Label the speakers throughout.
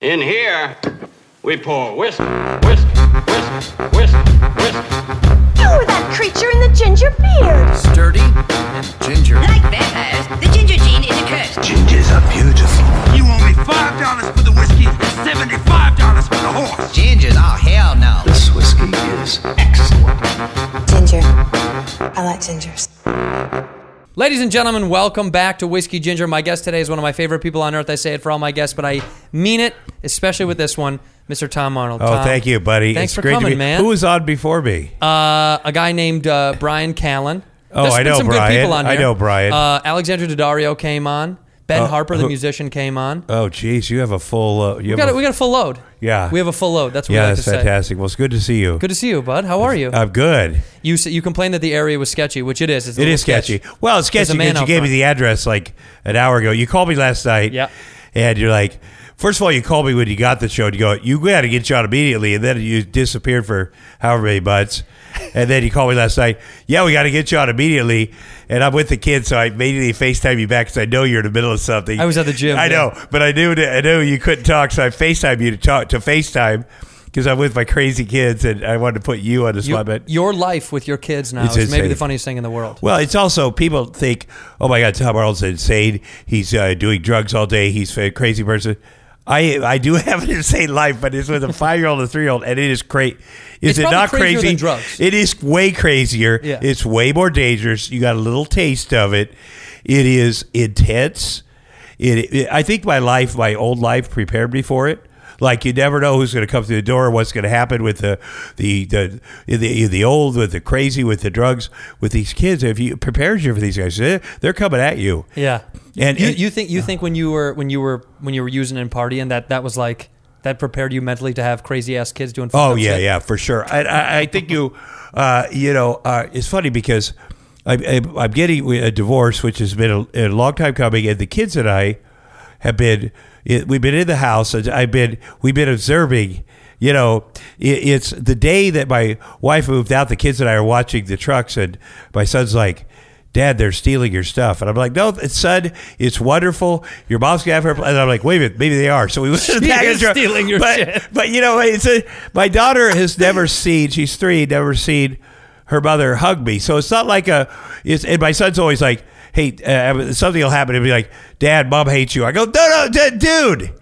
Speaker 1: In here, we pour whisk, whisk, whisk, whisk, whisk.
Speaker 2: You were that creature in the ginger beard.
Speaker 3: sturdy and ginger.
Speaker 4: Like vampires, the ginger gene is a curse.
Speaker 5: Gingers are beautiful.
Speaker 6: You owe me five dollars for the whiskey and seventy-five dollars for the horse.
Speaker 3: Gingers, oh hell no.
Speaker 5: This whiskey is excellent.
Speaker 7: Ginger. I like gingers.
Speaker 8: Ladies and gentlemen, welcome back to Whiskey Ginger. My guest today is one of my favorite people on earth. I say it for all my guests, but I mean it, especially with this one, Mr. Tom Arnold.
Speaker 9: Oh,
Speaker 8: Tom,
Speaker 9: thank you, buddy.
Speaker 8: Thanks
Speaker 9: it's
Speaker 8: for
Speaker 9: great
Speaker 8: coming,
Speaker 9: to be.
Speaker 8: man.
Speaker 9: Who was on before me?
Speaker 8: Uh, a guy named uh, Brian Callen.
Speaker 9: Oh,
Speaker 8: There's
Speaker 9: I
Speaker 8: been
Speaker 9: know
Speaker 8: some good
Speaker 9: Brian.
Speaker 8: people on
Speaker 9: I
Speaker 8: here.
Speaker 9: know Brian.
Speaker 8: Uh, Alexandra Daddario came on. Ben
Speaker 9: Oh,
Speaker 8: Harper, the
Speaker 9: who-
Speaker 8: musician, came on.
Speaker 9: oh, geez, you have a full. Uh, you
Speaker 8: We
Speaker 9: have
Speaker 8: got,
Speaker 9: a,
Speaker 8: a, we got a full load.
Speaker 9: Yeah.
Speaker 8: We have a full load. That's what
Speaker 9: yeah,
Speaker 8: we like
Speaker 9: that's
Speaker 8: to say.
Speaker 9: fantastic. Uh, Well, it's good to see you.
Speaker 8: Good to see you, bud. How are you?
Speaker 9: I'm good.
Speaker 8: you s- you complained that the area was sketchy, which it is. It's a
Speaker 9: It
Speaker 8: little
Speaker 9: is sketchy.
Speaker 8: sketch.
Speaker 9: Well, it's
Speaker 8: There's a
Speaker 9: sketchy
Speaker 8: man
Speaker 9: because you
Speaker 8: out
Speaker 9: gave me
Speaker 8: front.
Speaker 9: the address like an hour ago. You called me last night.
Speaker 8: Yeah.
Speaker 9: And you're like, first of all, you called me when you got the show. And you go, you got to get you out immediately. And then you disappeared for however many months. And then you called me last night. Yeah, we got to get you out immediately. And I'm with the kids, so I immediately FaceTime you back because I know you're in the middle of something.
Speaker 8: I was at the gym,
Speaker 9: I
Speaker 8: yeah.
Speaker 9: know, but I knew I knew you couldn't talk, so I FaceTime you to talk to FaceTime because I'm with my crazy kids, and I wanted to put you on the
Speaker 8: Your-
Speaker 9: spot. But
Speaker 8: your life with your kids now
Speaker 9: It's
Speaker 8: is maybe
Speaker 9: insane.
Speaker 8: the funniest thing in the world.
Speaker 9: Well, it's also people think, oh my God, Tom Arnold's insane. He's uh, doing drugs all day. He's a crazy person. I I do have an insane life, but it's with a five year old and three year old, and it is crazy. Is
Speaker 8: It's
Speaker 9: it
Speaker 8: probably
Speaker 9: not
Speaker 8: crazier
Speaker 9: crazy?
Speaker 8: than drugs.
Speaker 9: It is way crazier.
Speaker 8: Yeah.
Speaker 9: It's way more dangerous. You got a little taste of it. It is intense. It, it- I think my life, my old life, prepared me for it. Like you never know who's going to come through the door, what's going to happen with the the the the, the old, with the crazy, with the drugs, with these kids. If you it prepares you for these guys, they're, they're coming at you.
Speaker 8: Yeah,
Speaker 9: And-
Speaker 8: you,
Speaker 9: and-
Speaker 8: you think you think when you were when you were when you were using and partying that that was like that prepared you mentally to have crazy ass kids doing. fucked
Speaker 9: Oh
Speaker 8: up
Speaker 9: yeah,
Speaker 8: shit?
Speaker 9: yeah, for sure. I, I, I think you, uh, you know, uh, it's funny because I, I, I'm getting a divorce, which has been a, a long time coming, and the kids and I have been, it, we've been in the house, and I've been, we've been observing. You know, it, it's the day that my wife moved out. The kids and I are watching the trucks, and my son's like. Dad, they're stealing your stuff, and I'm like, "No, son, it's wonderful. Your mom's gonna have her." And I'm like, "Wait a minute, maybe they are." So we went to the
Speaker 8: She
Speaker 9: back of
Speaker 8: is
Speaker 9: the truck.
Speaker 8: stealing your
Speaker 9: but,
Speaker 8: shit.
Speaker 9: but you know, it's a, my daughter has never seen. She's three, never seen her mother hug me. So it's not like a. It's, and my son's always like, "Hey, uh, something will happen." He'll be like, "Dad, mom hates you." I go, "No, no, d- dude."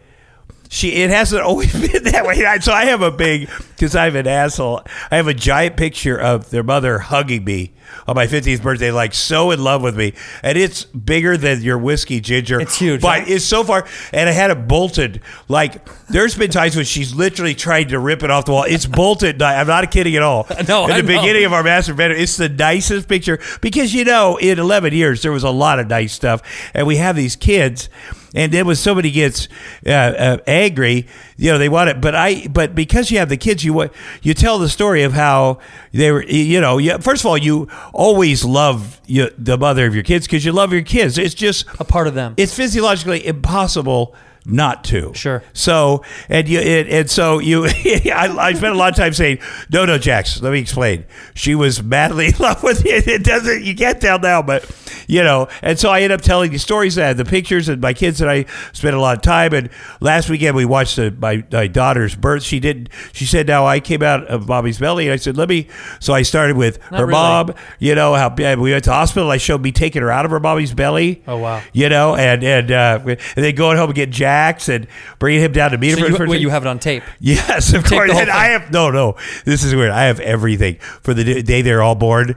Speaker 9: She, it hasn't always been that way. I- So I have a big, because I'm an asshole. I have a giant picture of their mother hugging me on my 15th birthday, like so in love with me, and it's bigger than your whiskey ginger.
Speaker 8: It's huge,
Speaker 9: but
Speaker 8: huh?
Speaker 9: it's so far, and I had it bolted. Like there's been times when she's literally tried to rip it off the wall. It's bolted. Ni- I'm not kidding at all.
Speaker 8: No,
Speaker 9: in the
Speaker 8: I know.
Speaker 9: beginning of our master bedroom, it's the nicest picture because you know in 11 years there was a lot of nice stuff, and we have these kids, and then when somebody gets uh, uh, angry, you know they want it. But I, but because you have the kids, you want you tell the story of how they were. You know, you, first of all, you always love you, the mother of your kids because you love your kids. It's just
Speaker 8: a part of them.
Speaker 9: it's physiologically impossible not to.
Speaker 8: Sure.
Speaker 9: So and you and, and so you, I, I spent a lot of time saying, no, no, Jax. Let me explain. She was madly in love with you. It doesn't. You can't tell now, but you know. And so I end up telling the stories that I had, the pictures and my kids and I spent a lot of time. And last weekend we watched the, my, my daughter's birth. She didn't. She said, now I came out of Bobby's belly. And I said, let me. So I started with
Speaker 8: Not
Speaker 9: her
Speaker 8: really.
Speaker 9: mom. You know how and we went to the hospital. I showed me taking her out of her Bobby's belly.
Speaker 8: Oh, wow.
Speaker 9: You know, and and, uh, and then going home and get Jax and bringing him down to meet
Speaker 8: So
Speaker 9: her. for the
Speaker 8: you,
Speaker 9: first
Speaker 8: wait,
Speaker 9: time.
Speaker 8: you have it on tape.
Speaker 9: Yes, of
Speaker 8: Take
Speaker 9: course.
Speaker 8: the whole
Speaker 9: And I
Speaker 8: thing.
Speaker 9: have no, no. This is weird. I have everything for the d- day they're all born.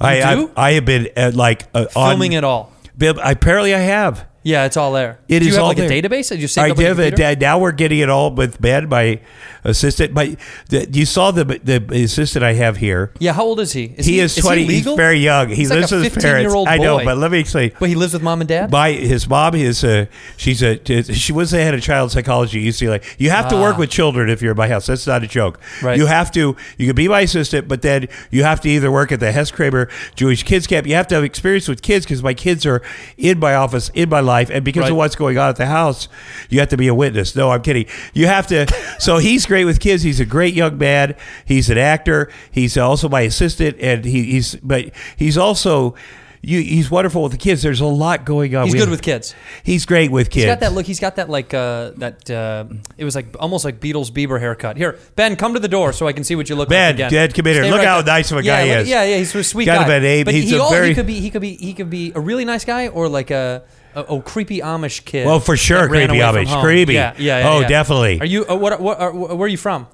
Speaker 9: I
Speaker 8: You
Speaker 9: I've-
Speaker 8: do?
Speaker 9: I, have been uh, like uh, on-
Speaker 8: Filming it all.
Speaker 9: Bib, apparently, I have.
Speaker 8: Yeah, it's all there.
Speaker 9: It
Speaker 8: Do
Speaker 9: is
Speaker 8: you have
Speaker 9: all
Speaker 8: like a
Speaker 9: there.
Speaker 8: database? Did you sync
Speaker 9: I
Speaker 8: up with your
Speaker 9: did.
Speaker 8: computer?
Speaker 9: Dad, now we're getting it all with Ben, my assistant. My, the, you saw the the assistant I have here.
Speaker 8: Yeah, how old is he? Is
Speaker 9: He, is twenty.
Speaker 8: legal?
Speaker 9: He's very young. He
Speaker 8: He's
Speaker 9: lives
Speaker 8: like a
Speaker 9: with his parents.
Speaker 8: 15-year-old
Speaker 9: I know,
Speaker 8: boy.
Speaker 9: but let me explain.
Speaker 8: But he lives with mom and dad.
Speaker 9: My his mom is a she's a she was the head of child psychology at UCLA. You have to
Speaker 8: Ah.
Speaker 9: work with children if you're at my house. That's not a joke.
Speaker 8: Right.
Speaker 9: You have to you can be my assistant, but then you have to either work at the Hess Kramer Jewish Kids Camp. You have to have experience with kids because my kids are in my office, in my life, and because
Speaker 8: Right.
Speaker 9: of what's going on at the house, you have to be a witness. No, I'm kidding. You have to. so he's great with kids. He's a great young man. He's an actor. He's also my assistant, and he, he's but he's also. You, he's wonderful with the kids. There's a lot going on.
Speaker 8: He's
Speaker 9: We-
Speaker 8: good with kids.
Speaker 9: He's great with kids.
Speaker 8: He's got that look. He's got that like uh, that. Uh, it was like almost like Beatles Bieber haircut. Here, Ben, come to the door so I can see what you look
Speaker 9: Ben,
Speaker 8: like again.
Speaker 9: Dad, come in here.
Speaker 8: Stay
Speaker 9: Look
Speaker 8: right
Speaker 9: how
Speaker 8: there.
Speaker 9: nice of a
Speaker 8: yeah,
Speaker 9: guy he
Speaker 8: look-
Speaker 9: is.
Speaker 8: Yeah, yeah, he's a sweet
Speaker 9: Got
Speaker 8: guy.
Speaker 9: him at eight.
Speaker 8: But
Speaker 9: He's
Speaker 8: he,
Speaker 9: a
Speaker 8: al- he
Speaker 9: very-
Speaker 8: could be he could be he could be a really nice guy or like a a, a creepy Amish kid.
Speaker 9: Well, for sure,
Speaker 8: that ran
Speaker 9: creepy
Speaker 8: away from
Speaker 9: Amish.
Speaker 8: home.
Speaker 9: Creepy.
Speaker 8: Yeah, yeah, yeah
Speaker 9: Oh,
Speaker 8: yeah.
Speaker 9: definitely.
Speaker 8: Are you? Uh, what? What? Are, where are you from?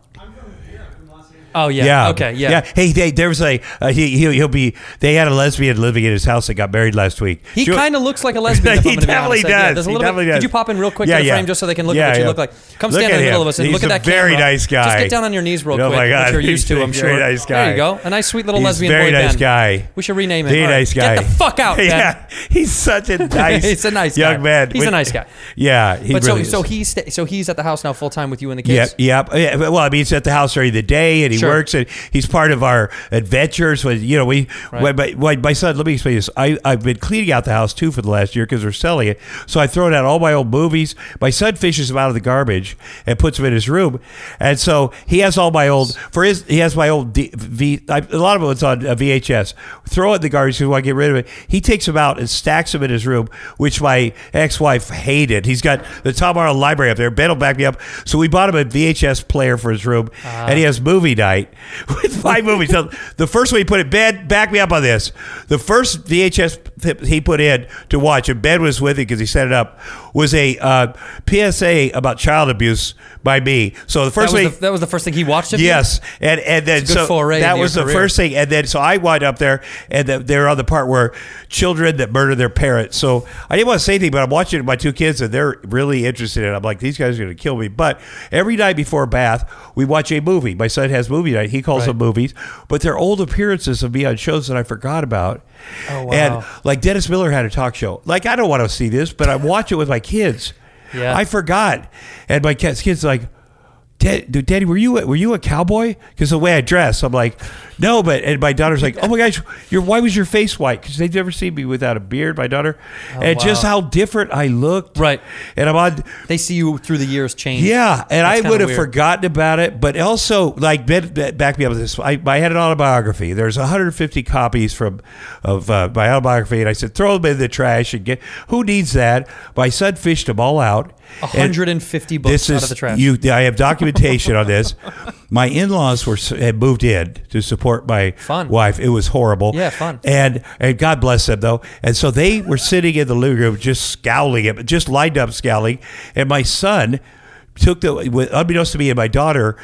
Speaker 8: Oh yeah.
Speaker 9: yeah.
Speaker 8: Okay. Yeah.
Speaker 9: Hey, they, there was a uh, he, he'll, he'll be. They had a lesbian living in his house that got married last week.
Speaker 8: He
Speaker 9: She-
Speaker 8: kind of looks like a lesbian. if
Speaker 9: he
Speaker 8: I'm gonna be
Speaker 9: definitely
Speaker 8: honest.
Speaker 9: does.
Speaker 8: Yeah, there's a
Speaker 9: He
Speaker 8: little
Speaker 9: definitely
Speaker 8: bit.
Speaker 9: does.
Speaker 8: Could you pop in real quick
Speaker 9: yeah,
Speaker 8: to the
Speaker 9: yeah.
Speaker 8: frame just so they can look
Speaker 9: yeah,
Speaker 8: at what you
Speaker 9: yeah.
Speaker 8: look like? Come
Speaker 9: Look
Speaker 8: stand in
Speaker 9: at
Speaker 8: the middle of
Speaker 9: him.
Speaker 8: us and
Speaker 9: He's
Speaker 8: look at that
Speaker 9: a very
Speaker 8: camera.
Speaker 9: nice guy.
Speaker 8: Just get down on your knees real
Speaker 9: oh
Speaker 8: quick,
Speaker 9: my God.
Speaker 8: which you're
Speaker 9: he's
Speaker 8: used to,
Speaker 9: a
Speaker 8: I'm
Speaker 9: very
Speaker 8: sure.
Speaker 9: nice guy.
Speaker 8: There you go. A nice, sweet little
Speaker 9: He's
Speaker 8: lesbian
Speaker 9: very
Speaker 8: boy,
Speaker 9: nice
Speaker 8: Ben.
Speaker 9: guy.
Speaker 8: We should rename him.
Speaker 9: Very
Speaker 8: All right.
Speaker 9: nice guy.
Speaker 8: Get the fuck out, Ben.
Speaker 9: Yeah, he's such a nice.
Speaker 8: He's a nice guy.
Speaker 9: young man.
Speaker 8: He's a nice guy.
Speaker 9: Yeah, he
Speaker 8: But
Speaker 9: really
Speaker 8: so, so
Speaker 9: is.
Speaker 8: he's sta- so he's at the house now full time with you and the
Speaker 9: Yeah,
Speaker 8: kids.
Speaker 9: yeah. yeah. Well, I mean, he's at the house during the day, and he
Speaker 8: Sure.
Speaker 9: works, and he's part of our adventures. When you know, we,
Speaker 8: Right.
Speaker 9: when, my, when my son, let me explain this. I, I've been cleaning out the house too for the last year because we're selling it. So I've thrown out all my old movies. My son fishes them out of the garbage and puts them in his room, and so he has all my old. For his, he has my old D, v, I, a lot of it's on uh, VHS. Throw it in the garbage because I get rid of it. He takes them out and stacks them in his room, which my ex-wife hated. He's got the Tom Arnold library up there. Ben will back me up. So we bought him a VHS player for his room,
Speaker 8: Ah.
Speaker 9: and he has movie night with my movies. So the first one he put it, Ben, back me up on this. The first VHS th- he put in to watch, and Ben was with it because he set it up, was a uh, PSA about child abuse by me. So the
Speaker 8: That
Speaker 9: first
Speaker 8: was,
Speaker 9: one.
Speaker 8: the, that was the first thing he watched. Of you?
Speaker 9: Yes, and and then
Speaker 8: It's a good
Speaker 9: so
Speaker 8: foray
Speaker 9: that
Speaker 8: into
Speaker 9: was
Speaker 8: your
Speaker 9: the
Speaker 8: career.
Speaker 9: first thing, and then so I wind up there, and the, they're on the part where children that murder their parents. So I didn't want to say anything, but I'm watching it with my two kids, and they're really interested in. it. I'm like, these guys are going to kill me. But every night before bath, we watch a movie. My son has movie night. He calls
Speaker 8: Right.
Speaker 9: them movies, but they're old appearances of me on shows that I forgot about.
Speaker 8: Oh, wow.
Speaker 9: And like Dennis Miller had a talk show. Like I don't want to see this, but I watch it with my kids.
Speaker 8: Yeah.
Speaker 9: I forgot, and my kids, kids like. Dad, dude, Daddy, were you a, were you a cowboy? Because the way I dress, I'm like, no. But and my daughter's like, oh my gosh, your why was your face white? Because they've never seen me without a beard. My daughter, and
Speaker 8: Oh, wow.
Speaker 9: just how different I looked,
Speaker 8: Right.
Speaker 9: And I'm on,
Speaker 8: They see you through the years change.
Speaker 9: yeah. And
Speaker 8: That's
Speaker 9: I
Speaker 8: kinda
Speaker 9: would have
Speaker 8: weird.
Speaker 9: forgotten about it, but also like, ben, ben- back me up with this. I, I had an autobiography. There's 150 copies from of uh, my autobiography, and I said, throw them in the trash and get. Who needs that? My son fished them all out. And-
Speaker 8: 150 books out of the trash.
Speaker 9: you. I have documentation on this. My in-laws were had moved in to support my
Speaker 8: Fun.
Speaker 9: wife. It was horrible.
Speaker 8: Yeah, fun.
Speaker 9: And and God bless them though. And so they were sitting in the living room, just scowling at, just lined up scowling. And my son took the, with- unbeknownst to me and my daughter,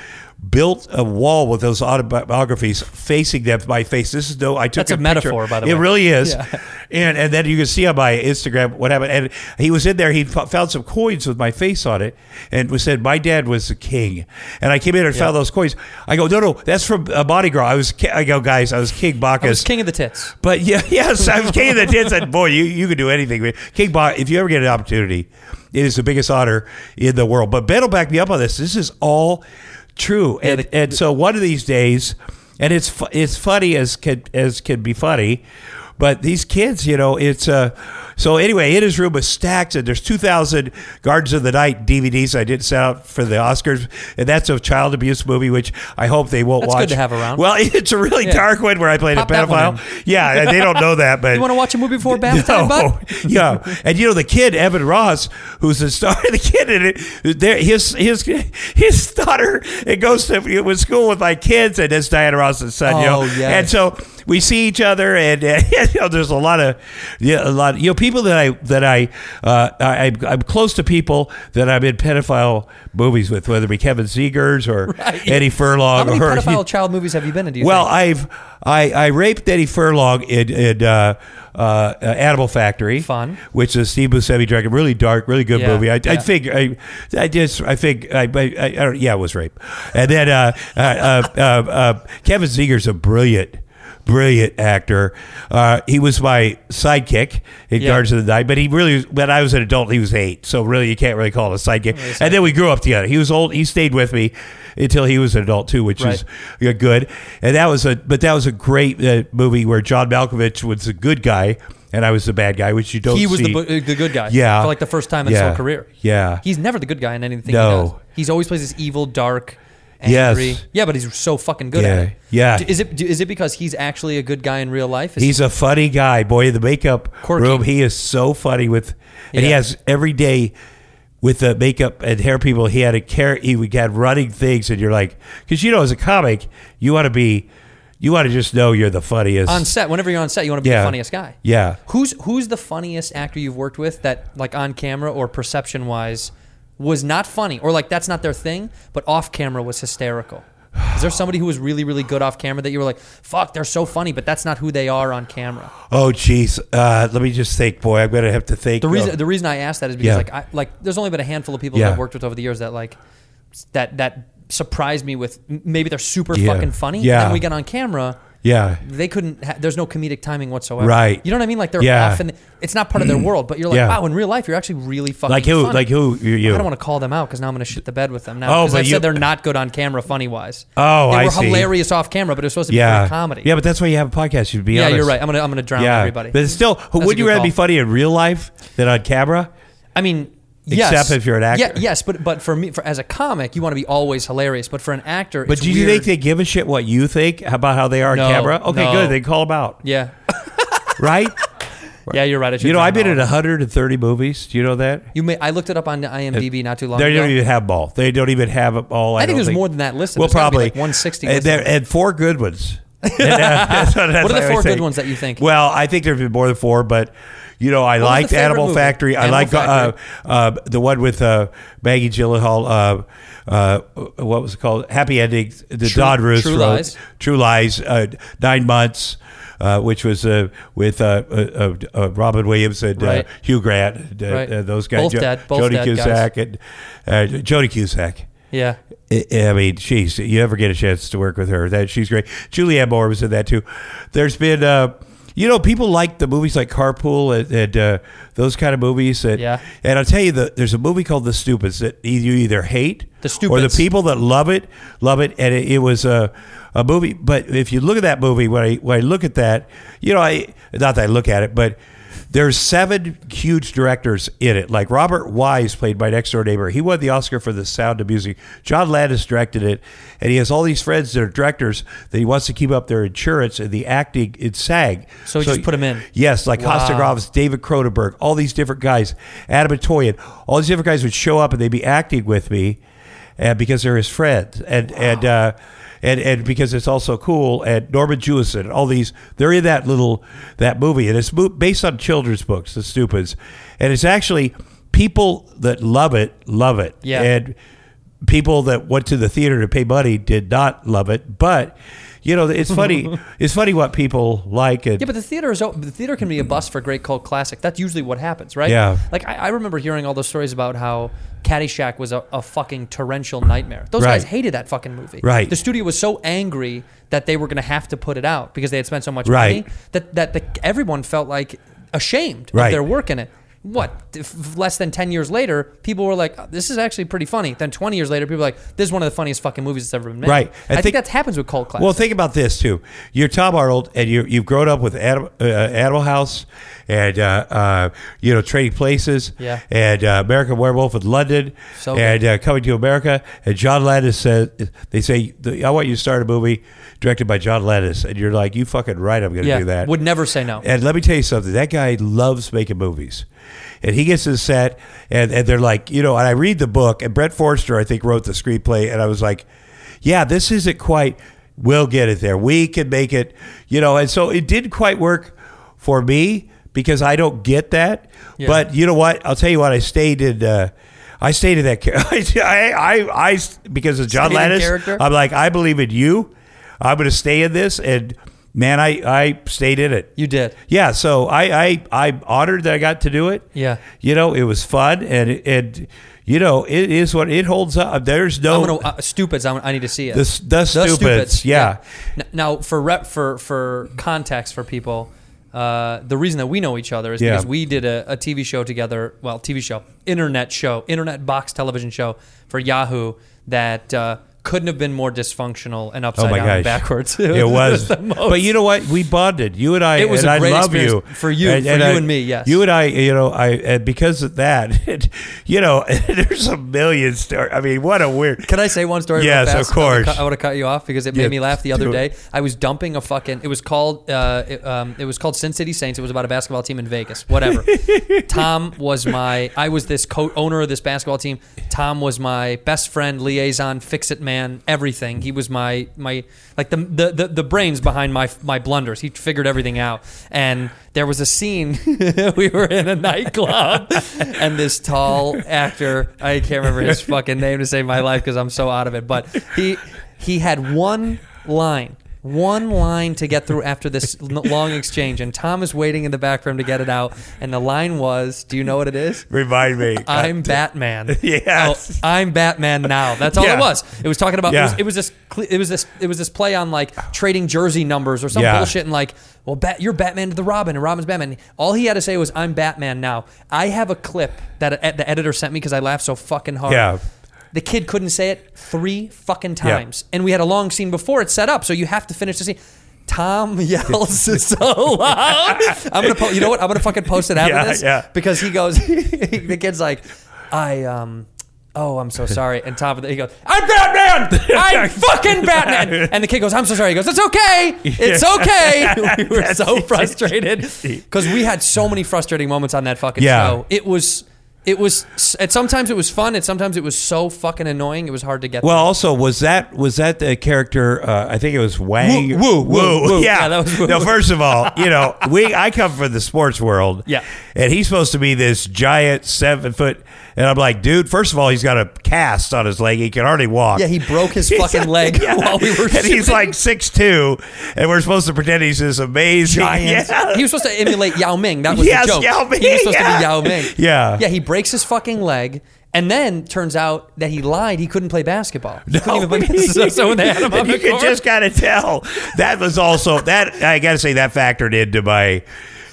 Speaker 9: built a wall with those autobiographies facing them. My face. This is no. I took
Speaker 8: That's a
Speaker 9: picture.
Speaker 8: metaphor, by the
Speaker 9: It
Speaker 8: way.
Speaker 9: really is.
Speaker 8: Yeah.
Speaker 9: And and then you can see on my Instagram what happened. And he was in there. He f- found some coins with my face on it, and was said my dad was the king. And I came in and found those coins. I go, no, no, that's from a body girl. I was, ki-. I go, guys, I was King Bacchus.
Speaker 8: I was king of the tits.
Speaker 9: But yeah, yes, I was king of the tits. And boy, you you could do anything. King Bach, if you ever get an opportunity, it is the biggest honor in the world. But Ben will back me up on this. This is all true. And
Speaker 8: the-
Speaker 9: and so one of these days, and it's fu- it's funny as can as can be funny. But these kids, you know, it's uh, so anyway. In his room was stacked, and there's 2,000 Guardians of the Night DVDs I didn't set out for the Oscars, and that's a child abuse movie, which I hope they won't
Speaker 8: That's
Speaker 9: watch.
Speaker 8: good to have around.
Speaker 9: Well, it's a really
Speaker 8: Yeah.
Speaker 9: dark one where I played
Speaker 8: Pop
Speaker 9: a
Speaker 8: that one
Speaker 9: pedophile.
Speaker 8: in.
Speaker 9: Yeah, they don't know that, but
Speaker 8: You want to watch a movie before bath time,
Speaker 9: no.
Speaker 8: bud?
Speaker 9: yeah, and you know the kid Evan Ross, who's the star of the kid in it. There, his his his daughter it goes to it was school with my kids, and that's Diana Ross's son. you know,
Speaker 8: Oh, yes.
Speaker 9: and so we see each other, and uh, you know, there's a lot of yeah, a lot. You know, people that I that I, uh, I I'm- I'm close to people that I'm in pedophile movies with, whether it be Kevin Seegers or
Speaker 8: Right.
Speaker 9: Eddie Furlong
Speaker 8: How many
Speaker 9: or
Speaker 8: pedophile child movies have you been in? Do you
Speaker 9: well,
Speaker 8: think?
Speaker 9: I've I, I raped Eddie Furlong in, in uh, uh, Animal Factory,
Speaker 8: Fun.
Speaker 9: which is Steve Buscemi directed. Really dark, really good
Speaker 8: Yeah,
Speaker 9: movie. I,
Speaker 8: yeah.
Speaker 9: I figure I, I just I think I, I, I, I don't, yeah it was rape, and then uh, uh, uh, uh, uh, Kevin Zegers a brilliant. Brilliant actor. Uh, he was my sidekick in
Speaker 8: Yeah.
Speaker 9: Guardians of the Night, but he really, when I was an adult, he was eight. So really, you can't really call it a sidekick.
Speaker 8: Oh,
Speaker 9: And then we grew up together. He was old. He stayed with me until he was an adult too, which is
Speaker 8: Right.
Speaker 9: yeah, good. And that was a, but that was a great uh, movie where John Malkovich was the good guy and I was the bad guy, which you don't.
Speaker 8: he was the,
Speaker 9: see.
Speaker 8: bu- uh, the good guy.
Speaker 9: Yeah,
Speaker 8: for like the first time in
Speaker 9: Yeah.
Speaker 8: his whole career.
Speaker 9: Yeah,
Speaker 8: he's never the good guy in anything.
Speaker 9: No.
Speaker 8: he does. he's always plays this evil, dark,
Speaker 9: Yes.
Speaker 8: angry. Yeah, but he's so fucking good
Speaker 9: Yeah.
Speaker 8: at it.
Speaker 9: Yeah.
Speaker 8: D- is it d- is it because he's actually a good guy in real life? Is
Speaker 9: he's a funny guy, boy. In the makeup
Speaker 8: Quirky.
Speaker 9: room, he is so funny with, and he
Speaker 8: Yeah.
Speaker 9: has every day. With the makeup and hair people, he had a care. He would had running things, and you're like, because you know, as a comic, you want to be, you want to just know you're the funniest.
Speaker 8: on set. Whenever you're on set, you want to be
Speaker 9: Yeah.
Speaker 8: the funniest guy.
Speaker 9: Yeah.
Speaker 8: Who's who's the funniest actor you've worked with that like on camera or perception wise was not funny or like that's not their thing, but off camera was hysterical. Is there somebody who was really really good off camera that you were like, fuck, they're so funny, but that's not who they are on camera?
Speaker 9: oh, jeez. Uh, let me just think, boy. I'm gonna have to think.
Speaker 8: The reason
Speaker 9: of-
Speaker 8: the reason I asked that is because
Speaker 9: Yeah.
Speaker 8: like I, like there's only been a handful of people
Speaker 9: Yeah.
Speaker 8: that I've worked with over the years that like s- that that surprised me with m- maybe they're super
Speaker 9: Yeah.
Speaker 8: fucking funny.
Speaker 9: Yeah.
Speaker 8: And then we get on camera,
Speaker 9: yeah,
Speaker 8: they couldn't. Ha- there's no comedic timing whatsoever.
Speaker 9: Right.
Speaker 8: You know what I mean? Like they're
Speaker 9: Yeah. Mm.
Speaker 8: off, and it's not part of their world. But you're like,
Speaker 9: Yeah.
Speaker 8: wow, in real life, you're actually really fucking
Speaker 9: like who,
Speaker 8: funny.
Speaker 9: like who, you, you.
Speaker 8: I don't want to call them out because now I'm going to shit the bed with them now.
Speaker 9: Oh,
Speaker 8: because
Speaker 9: but
Speaker 8: I
Speaker 9: you-
Speaker 8: said they're not good on camera, funny wise.
Speaker 9: Oh,
Speaker 8: they
Speaker 9: I
Speaker 8: were
Speaker 9: see.
Speaker 8: hilarious off camera, but it was supposed to be
Speaker 9: yeah,
Speaker 8: pretty comedy.
Speaker 9: Yeah, but that's why you have a podcast. You'd be
Speaker 8: yeah,
Speaker 9: honest.
Speaker 8: you're right. I'm gonna I'm gonna drown
Speaker 9: yeah,
Speaker 8: everybody.
Speaker 9: but it's still,
Speaker 8: a
Speaker 9: would you
Speaker 8: good
Speaker 9: rather be
Speaker 8: call.
Speaker 9: funny in real life than on camera?
Speaker 8: I mean,
Speaker 9: Except
Speaker 8: yes.
Speaker 9: if you're an actor.
Speaker 8: Yeah, yes, but but for me, for, as a comic, you want to be always hilarious. But for an actor,
Speaker 9: But
Speaker 8: it's
Speaker 9: do you
Speaker 8: weird.
Speaker 9: think they give a shit what you think about how they are
Speaker 8: No,
Speaker 9: on camera? Okay,
Speaker 8: no.
Speaker 9: good. They call them out,
Speaker 8: Yeah,
Speaker 9: right?
Speaker 8: yeah, you're right. I should
Speaker 9: you know,
Speaker 8: drown
Speaker 9: I've been
Speaker 8: all
Speaker 9: in
Speaker 8: of them.
Speaker 9: 130 movies. Do you know that?
Speaker 8: You may. I looked it up on IMDb not too long
Speaker 9: They
Speaker 8: ago.
Speaker 9: don't even have them all. They don't even have them all. I,
Speaker 8: I think
Speaker 9: don't
Speaker 8: there's more than that listed.
Speaker 9: Well,
Speaker 8: There's gotta be
Speaker 9: probably
Speaker 8: like 160
Speaker 9: And,
Speaker 8: listed.
Speaker 9: there- and four good ones. And that- that's what
Speaker 8: What are the
Speaker 9: I
Speaker 8: four
Speaker 9: always
Speaker 8: good
Speaker 9: think.
Speaker 8: ones that you think?
Speaker 9: Well, I think there's been more than four, but you know, I
Speaker 8: was
Speaker 9: liked
Speaker 8: the favorite
Speaker 9: Animal
Speaker 8: movie?
Speaker 9: Factory. I
Speaker 8: Animal
Speaker 9: liked uh,
Speaker 8: Factory.
Speaker 9: uh, the one with uh, Maggie Gyllenhaal. Uh, uh, what was it called? Happy Ending. The
Speaker 8: True-
Speaker 9: Don Roos
Speaker 8: True
Speaker 9: wrote.
Speaker 8: Lies.
Speaker 9: True Lies. Uh, Nine Months. Uh, which was uh, with uh, uh, uh, uh, Robin Williams and
Speaker 8: Right.
Speaker 9: uh, Hugh Grant, and, uh,
Speaker 8: Right.
Speaker 9: uh, those guys,
Speaker 8: Both dead- both
Speaker 9: Jody
Speaker 8: dead guys.
Speaker 9: Cusack and uh, Jody Cusack.
Speaker 8: Yeah.
Speaker 9: I I mean, she's you ever get a chance to work with her? That she's great. Julianne Moore was in that too. There's been, uh, you know, people like the movies like Carpool and, and uh, those kind of movies. And,
Speaker 8: Yeah.
Speaker 9: And I'll tell you, the, there's a movie called The Stupids that e- you either hate
Speaker 8: The
Speaker 9: or the
Speaker 8: Stupids.
Speaker 9: people that love it love it. And it, it was a a movie. But if you look at that movie, when I when I look at that, you know, I not that I look at it, but. There's seven huge directors in it. Like Robert Wise played my next door neighbor. He won the Oscar for The Sound of Music. John Landis directed it, and he has all these friends that are directors that he wants to keep up their insurance and the acting in SAG.
Speaker 8: So he just put 'em in.
Speaker 9: Yes, like
Speaker 8: Wow.
Speaker 9: Costagroff's, David Cronenberg, all these different guys, Adam Atoyan, all these different guys would show up and they'd be acting with me, and because they're his friends, and and uh, and and because it's also cool. And Norman Jewison, all these, they're in that little that movie, and it's mo- based on children's books, The Stupids, and it's actually people that love it love it,
Speaker 8: Yeah.
Speaker 9: and people that went to the theater to pay money did not love it, but. You know, it's funny. it's funny what people like and
Speaker 8: Yeah, but the theater is o- the theater can be a bus for great cult classic. That's usually what happens, right?
Speaker 9: Yeah.
Speaker 8: Like I, I remember hearing all those stories about how Caddyshack was a, a fucking torrential nightmare. Those guys
Speaker 9: Right.
Speaker 8: hated that fucking movie.
Speaker 9: Right.
Speaker 8: The studio was so angry that they were going to have to put it out because they had spent so much
Speaker 9: Right.
Speaker 8: money that that the, everyone felt like ashamed
Speaker 9: Right.
Speaker 8: of their work in it. What if less than ten years later, people were like, oh, "This is actually pretty funny." Then twenty years later, people are like, "This is one of the funniest fucking movies that's ever been made."
Speaker 9: Right. I
Speaker 8: I, think,
Speaker 9: think-
Speaker 8: that happens with cult classics.
Speaker 9: Well, think about this too. You're Tom Arnold, and you you've grown up with Adam, uh, Animal House, and uh, uh, you know Trading Places,
Speaker 8: Yeah.
Speaker 9: and uh, American Werewolf in London,
Speaker 8: So
Speaker 9: and uh, Coming to America. And John Landis says they say I want you to start a movie directed by John Landis, and you're like you fucking right. I'm going to
Speaker 8: yeah,
Speaker 9: do that.
Speaker 8: would never say no.
Speaker 9: And let me tell you something. That guy loves making movies. And he gets his set, and, and they're like, you know, and I read the book, and Brett Forster, I think, wrote the screenplay, and I was like, yeah, this isn't quite. We'll get it there. We can make it, you know. And so it did quite work for me because I don't get that.
Speaker 8: Yeah.
Speaker 9: But you know what? I'll tell you what. I stayed in. Uh, I stayed in that. char- I, I, I, because of John
Speaker 8: Stayed in
Speaker 9: Lannis.
Speaker 8: character?
Speaker 9: I'm like, I believe in you. I'm going to stay in this. And man, I, I stayed in it.
Speaker 8: You did.
Speaker 9: Yeah, so I, I I'm honored that I got to do it.
Speaker 8: Yeah.
Speaker 9: you know it was fun and and you know it is what it holds up. There's no
Speaker 8: I'm gonna uh, stupids. I'm, I need to see it.
Speaker 9: Oh. The s- the stupids, yeah.
Speaker 8: N- Now, for rep for for context for people, uh, the reason that we know each other is
Speaker 9: Yeah.
Speaker 8: because we did a, a TV show together. Well, TV show, internet show, internet box television show for Yahoo that. Uh, couldn't have been more dysfunctional and upside
Speaker 9: oh my
Speaker 8: down
Speaker 9: gosh
Speaker 8: and backwards.
Speaker 9: It was,
Speaker 8: the most-
Speaker 9: but you know what? We bonded. You and I.
Speaker 8: It was
Speaker 9: and
Speaker 8: a great
Speaker 9: I love you
Speaker 8: experience for you- for you and me, yes.
Speaker 9: you and I. You know, I and because of that, you know, there's a million stories. I mean, what a weird.
Speaker 8: Can I say one story?
Speaker 9: Yes,
Speaker 8: real
Speaker 9: of
Speaker 8: fast? I would've
Speaker 9: course.
Speaker 8: cut- I would have cut you off because it
Speaker 9: Yeah,
Speaker 8: made me laugh the other
Speaker 9: do
Speaker 8: day.
Speaker 9: it.
Speaker 8: I was dumping a fucking. It was called. Uh, it, um, it was called Sin City Saints. It was about a basketball team in Vegas. Whatever. Tom was my. I was this co owner of this basketball team. Tom was my best friend, liaison, fix it man, everything. He was my my like the the the, the brains behind my my blunders. He figured everything out. And there was a scene we were in a nightclub, and this tall actor I can't remember his fucking name to save my life because I'm so out of it. But he he had one line one line to get through after this l- long exchange, and Tom is waiting in the back room to get it out. And the line was, "Do you know what it is?
Speaker 9: Remind me.
Speaker 8: I'm Batman.
Speaker 9: Uh, Yes.
Speaker 8: Oh, I'm Batman now. That's all it
Speaker 9: Yeah.
Speaker 8: was. It was talking about.
Speaker 9: Yeah.
Speaker 8: It, was, it was this. cle- It was this. It was this play on like trading jersey numbers or some
Speaker 9: Yeah.
Speaker 8: bullshit, and like, well, bat, you're Batman to the Robin, and Robin's Batman. All he had to say was, "I'm Batman now." I have a clip that e- the editor sent me because I laughed so fucking hard.
Speaker 9: Yeah.
Speaker 8: The kid couldn't say it three fucking times. And we had a long scene before it set up, so you have to finish the scene. Tom yells so loud. I'm gonna po- you know what? I'm gonna fucking post it after
Speaker 9: Yeah,
Speaker 8: this.
Speaker 9: yeah.
Speaker 8: Because he goes the kid's like, I um Oh, I'm so sorry. And Tom, he goes, I'm Batman! I'm fucking Batman! And the kid goes, I'm so sorry. He goes, It's okay! It's okay! We were so frustrated because we had so many frustrating moments on that fucking
Speaker 9: Yeah.
Speaker 8: show. It was, it was, and sometimes it was fun, and sometimes it was so fucking annoying. It was hard to get.
Speaker 9: Well, also was that was that the character? Uh, I think it was Wang.
Speaker 8: Wu, Wu, Wu, Wu.
Speaker 9: Yeah.
Speaker 8: Yeah, that was Wu.
Speaker 9: now, first of all, you know, we I come from the sports world.
Speaker 8: Yeah.
Speaker 9: and he's supposed to be this giant seven foot, and I'm like, dude. First of all, he's got a cast on his leg; he can hardly walk.
Speaker 8: yeah, he broke his
Speaker 9: He's
Speaker 8: fucking
Speaker 9: like-
Speaker 8: leg
Speaker 9: yeah.
Speaker 8: while we were.
Speaker 9: and he's
Speaker 8: shooting.
Speaker 9: like six two, and we're supposed to pretend he's this amazing
Speaker 8: giant.
Speaker 9: Yeah.
Speaker 8: He was supposed to emulate Yao Ming. That was
Speaker 9: Yes,
Speaker 8: the joke.
Speaker 9: Yao Ming,
Speaker 8: He was supposed to
Speaker 9: yeah.
Speaker 8: be Yao Ming.
Speaker 9: Yeah.
Speaker 8: Yeah, he breaks his fucking leg. And then turns out that he lied. He couldn't play basketball. He couldn't even play basketball. So when they had him on
Speaker 9: And you
Speaker 8: the
Speaker 9: could
Speaker 8: court,
Speaker 9: just kind of tell that was also that I got to say that factored into my.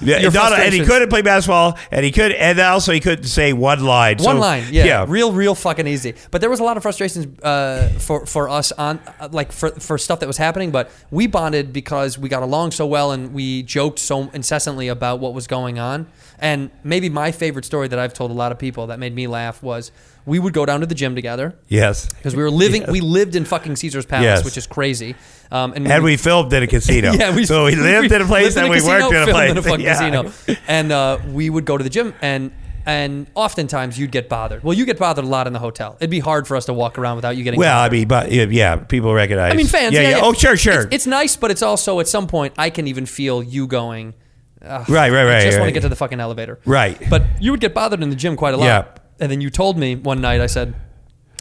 Speaker 9: Yeah, not- and he
Speaker 8: frustrations.
Speaker 9: couldn't play basketball, and he could, and also he couldn't say one line.
Speaker 8: One
Speaker 9: so-
Speaker 8: line, yeah, real, real fucking easy. But there was a lot of frustrations uh, for for us on uh, like for for stuff that was happening. But we bonded because we got along so well and we joked so incessantly about what was going on. And maybe my favorite story that I've told a lot of people that made me laugh was we would go down to the gym together
Speaker 9: yes,
Speaker 8: because we were living we lived in fucking Caesar's Palace,
Speaker 9: Yes.
Speaker 8: which is crazy. Um, and,
Speaker 9: and we filmed in a casino.
Speaker 8: yeah, we
Speaker 9: so we lived in a place
Speaker 8: lived
Speaker 9: and we
Speaker 8: casino,
Speaker 9: worked in a
Speaker 8: filmed
Speaker 9: place.
Speaker 8: in a fucking
Speaker 9: Yeah.
Speaker 8: casino. And uh, we would go to the gym and and oftentimes you'd get bothered. Well, you get bothered a lot in the hotel. It'd be hard for us to walk around without you getting
Speaker 9: Well, I
Speaker 8: bothered.
Speaker 9: mean, but yeah, yeah, people recognize.
Speaker 8: I mean fans. Yeah, yeah.
Speaker 9: Oh, sure, sure.
Speaker 8: It's, it's nice, but it's also at some point I can even feel you going. "Ugh,
Speaker 9: Right, right,
Speaker 8: I
Speaker 9: right,
Speaker 8: just want to
Speaker 9: right.
Speaker 8: get to the fucking elevator.
Speaker 9: Right.
Speaker 8: But you would get bothered in the gym quite a lot.
Speaker 9: Yeah.
Speaker 8: And then you told me one night. I said,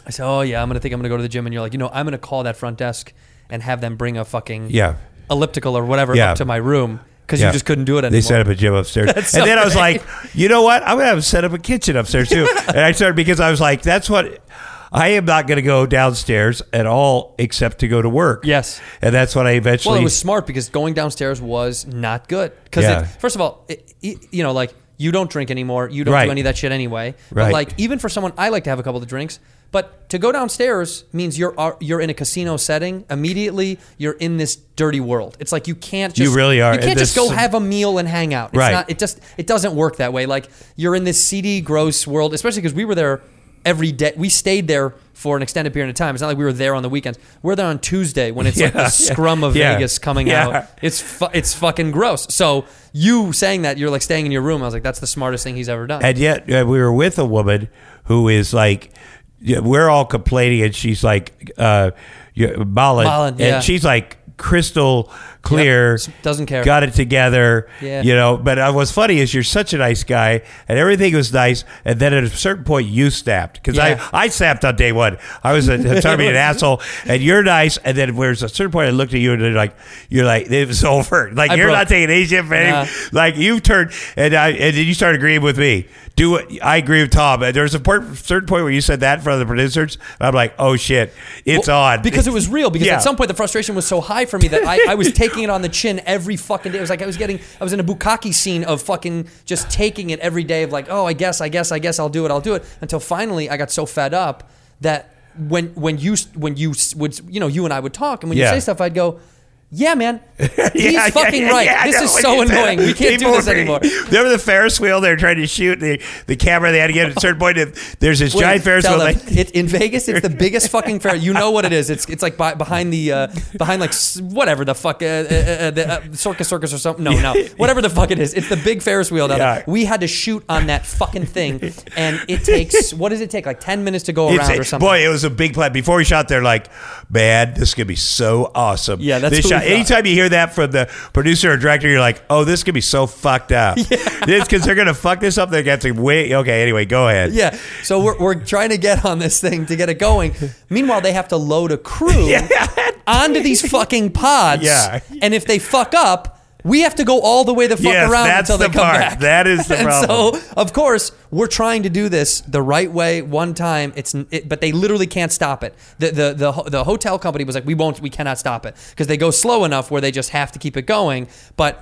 Speaker 8: I said, oh yeah, I'm gonna think I'm gonna go to the gym, and you're like, you know, I'm gonna call that front desk and have them bring a fucking
Speaker 9: yeah.
Speaker 8: elliptical or whatever
Speaker 9: Yeah.
Speaker 8: up to my room because you
Speaker 9: Yeah.
Speaker 8: just couldn't do it anymore.
Speaker 9: They set up a gym upstairs,
Speaker 8: That's
Speaker 9: and then I was
Speaker 8: alright.
Speaker 9: like, you know what? I'm gonna have them set up a kitchen upstairs too. and I started because I was like, that's what I am not gonna go downstairs at all, except to go to work.
Speaker 8: Yes.
Speaker 9: and that's what I eventually.
Speaker 8: Well, it was smart because going downstairs was not good. Because
Speaker 9: Yeah.
Speaker 8: first of all, it, it- you know, like you don't drink anymore. You don't
Speaker 9: Right.
Speaker 8: do any of that shit anyway. But
Speaker 9: Right.
Speaker 8: like even for someone, I like to have a couple of drinks. But to go downstairs means you're are, you're in a casino setting immediately. You're in this dirty world. It's like you can't just
Speaker 9: You really are.
Speaker 8: You can't
Speaker 9: And
Speaker 8: just
Speaker 9: this-
Speaker 8: go have a meal and hang out. It's
Speaker 9: Right.
Speaker 8: Not, it just it doesn't work that way. Like you're in this seedy, gross world, especially because we were there every day. We stayed there for an extended period of time. It's not like we were there on the weekends. We're there on Tuesday when it's like
Speaker 9: Yeah,
Speaker 8: the
Speaker 9: yeah.
Speaker 8: scrum of
Speaker 9: Yeah.
Speaker 8: Vegas coming
Speaker 9: Yeah.
Speaker 8: out. It's fu- it's fucking gross. So you saying that you're like staying in your room, I was like, that's the smartest thing he's ever done.
Speaker 9: and yet uh, we were with a woman who is like yeah, we're all complaining, and she's like, uh, yeah, Mullen,
Speaker 8: Mullen,
Speaker 9: and
Speaker 8: yeah.
Speaker 9: she's like crystal clear,
Speaker 8: Yep. Doesn't care.
Speaker 9: got it together,
Speaker 8: Yeah.
Speaker 9: you know. But uh, what's funny is you're such a nice guy, and everything was nice, and then at a certain point you snapped because
Speaker 8: Yeah.
Speaker 9: I I snapped on day one. I was a, sorry to be an asshole, and you're nice, and then there's a certain point I looked at you and you're like, you're like it was over, like
Speaker 8: I
Speaker 9: you're
Speaker 8: broke.
Speaker 9: not taking any shit from any-
Speaker 8: Nah.
Speaker 9: like you turned and I and then you started agreeing with me. Do what I agree with Tom. And there was a part, certain point where you said that in front of the producers. And I'm like, oh shit, it's
Speaker 8: Well,
Speaker 9: on
Speaker 8: because it was real. Because
Speaker 9: Yeah.
Speaker 8: at some point the frustration was so high for me that I, I was taking it on the chin every fucking day. It was like I was getting I was in a bukkake scene of fucking just taking it every day of like oh I guess I guess I guess I'll do it I'll do it until finally I got so fed up that when when you when you s- would you know you and I would talk and when
Speaker 9: Yeah.
Speaker 8: you say stuff I'd go. Yeah, man. He's
Speaker 9: yeah,
Speaker 8: fucking
Speaker 9: yeah,
Speaker 8: right.
Speaker 9: yeah, I
Speaker 8: this
Speaker 9: know
Speaker 8: is
Speaker 9: what
Speaker 8: so
Speaker 9: you said.
Speaker 8: annoying. We can't
Speaker 9: People
Speaker 8: do this
Speaker 9: were-
Speaker 8: anymore.
Speaker 9: Remember the Ferris wheel they were trying to shoot the, the camera they had to get at a certain point. If there's this giant Ferris
Speaker 8: Tell
Speaker 9: wheel.
Speaker 8: them.
Speaker 9: Like,
Speaker 8: It- in Vegas, it's the biggest fucking fair. You know what it is? It's it's like by, behind the uh, behind like s- whatever the fuck uh, uh, uh, the uh, circus circus or something. No, no, whatever the fuck it is. It's the big Ferris wheel. down there.
Speaker 9: Yeah.
Speaker 8: We had to shoot on that fucking thing, and it takes what does it take? Like ten minutes to go
Speaker 9: It's-
Speaker 8: around or something.
Speaker 9: Boy, it was a big plan. Before we shot, they're like, "Man, this could be so awesome."
Speaker 8: Yeah, that's what
Speaker 9: this
Speaker 8: we
Speaker 9: shot.
Speaker 8: thought.
Speaker 9: Anytime you hear that from the producer or director, you're like, "Oh, this could be so fucked up." because they're gonna fuck this up. They're gonna say, "Wait, okay, anyway, go ahead."
Speaker 8: Yeah. So we're, we're trying to get on this thing to get it going. Meanwhile, they have to load a crew onto these fucking pods.
Speaker 9: Yeah.
Speaker 8: And if they fuck up, we have to go all the way the fuck
Speaker 9: Yes,
Speaker 8: around
Speaker 9: that's
Speaker 8: until they
Speaker 9: the
Speaker 8: come
Speaker 9: part.
Speaker 8: back.
Speaker 9: That is the
Speaker 8: and
Speaker 9: problem.
Speaker 8: So, of course, we're trying to do this the right way one time. It's it, but they literally can't stop it. The, the the ho- the hotel company was like, we won't, we cannot stop it because they go slow enough where they just have to keep it going. But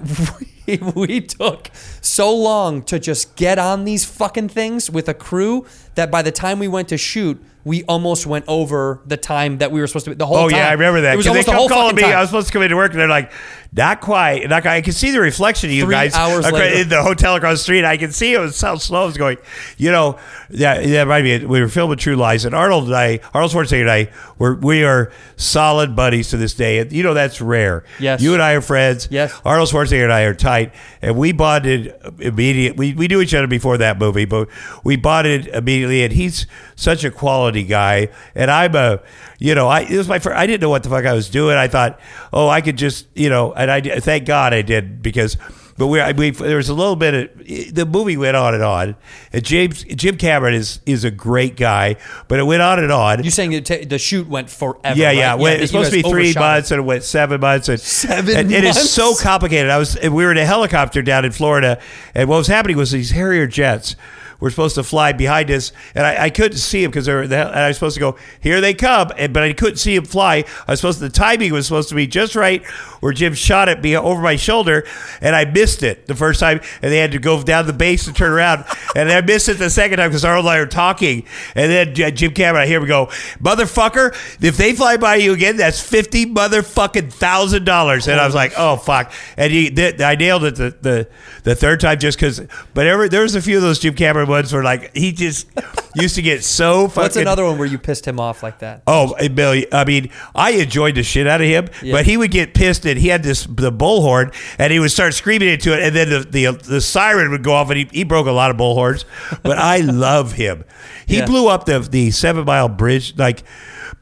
Speaker 8: we, we took so long to just get on these fucking things with a crew that by the time we went to shoot. We almost went over the time that we were supposed to be the whole
Speaker 9: Oh
Speaker 8: time.
Speaker 9: yeah, I remember that.
Speaker 8: It was
Speaker 9: 'Cause
Speaker 8: almost
Speaker 9: they
Speaker 8: the
Speaker 9: kept
Speaker 8: whole
Speaker 9: calling
Speaker 8: fucking
Speaker 9: me.
Speaker 8: time.
Speaker 9: I was supposed to come into work, and they're like, "Not quite." Not quite. I can see the reflection of you
Speaker 8: Three
Speaker 9: guys
Speaker 8: hours
Speaker 9: acro-
Speaker 8: later.
Speaker 9: in the hotel across the street. I can see it was how slow it was going. You know, yeah, that might be it. We were filming True Lies, and Arnold and I, Arnold Schwarzenegger and I, we're, we are solid buddies to this day. You know that's rare.
Speaker 8: Yes.
Speaker 9: you and I are friends.
Speaker 8: Yes.
Speaker 9: Arnold Schwarzenegger and I are tight, and we bonded immediate. We, we knew each other before that movie, but we bonded immediately. And he's such a quality guy, and I'm a, you know, I it was my first. I didn't know what the fuck I was doing. I thought, oh, I could just, you know, and I did- thank God I did because. But we, we there was a little bit of the movie went on and on. And James Jim Cameron is is a great guy, but it went on and on.
Speaker 8: You're saying it ta- the shoot went forever.
Speaker 9: Yeah,
Speaker 8: right?
Speaker 9: yeah. Well,
Speaker 8: that
Speaker 9: it's
Speaker 8: you
Speaker 9: supposed to be
Speaker 8: guys
Speaker 9: three
Speaker 8: overshot it.
Speaker 9: months, and it went seven months, and
Speaker 8: Seven
Speaker 9: and It
Speaker 8: months?
Speaker 9: is so complicated. I was, and we were in a helicopter down in Florida, and what was happening was these Harrier jets were supposed to fly behind us, and I, I couldn't see them because they were. And I was supposed to go, here they come, and, but I couldn't see them fly. I was supposed to. The timing was supposed to be just right, where Jim shot at me over my shoulder, and I missed it the first time, and they had to go down the base and turn around, and I missed it the second time because Arnold and I were talking, and then J- Jim Cameron, I hear him go, motherfucker, if they fly by you again, that's fifty motherfucking thousand dollars, and I was like, oh fuck, and he, th- I nailed it the, the the third time just because, but ever there was a few of those Jim Cameron ones where like he just used to get so fucking.
Speaker 8: What's another one where you pissed him off like that?
Speaker 9: Oh, a million. I mean, I enjoyed the shit out of him, but he would get pissed and he had this the bullhorn and he would start screaming into it, and then the the, the siren would go off and he, he broke a lot of bullhorns. But I love him. He
Speaker 8: Yeah.
Speaker 9: blew up the the seven mile bridge like.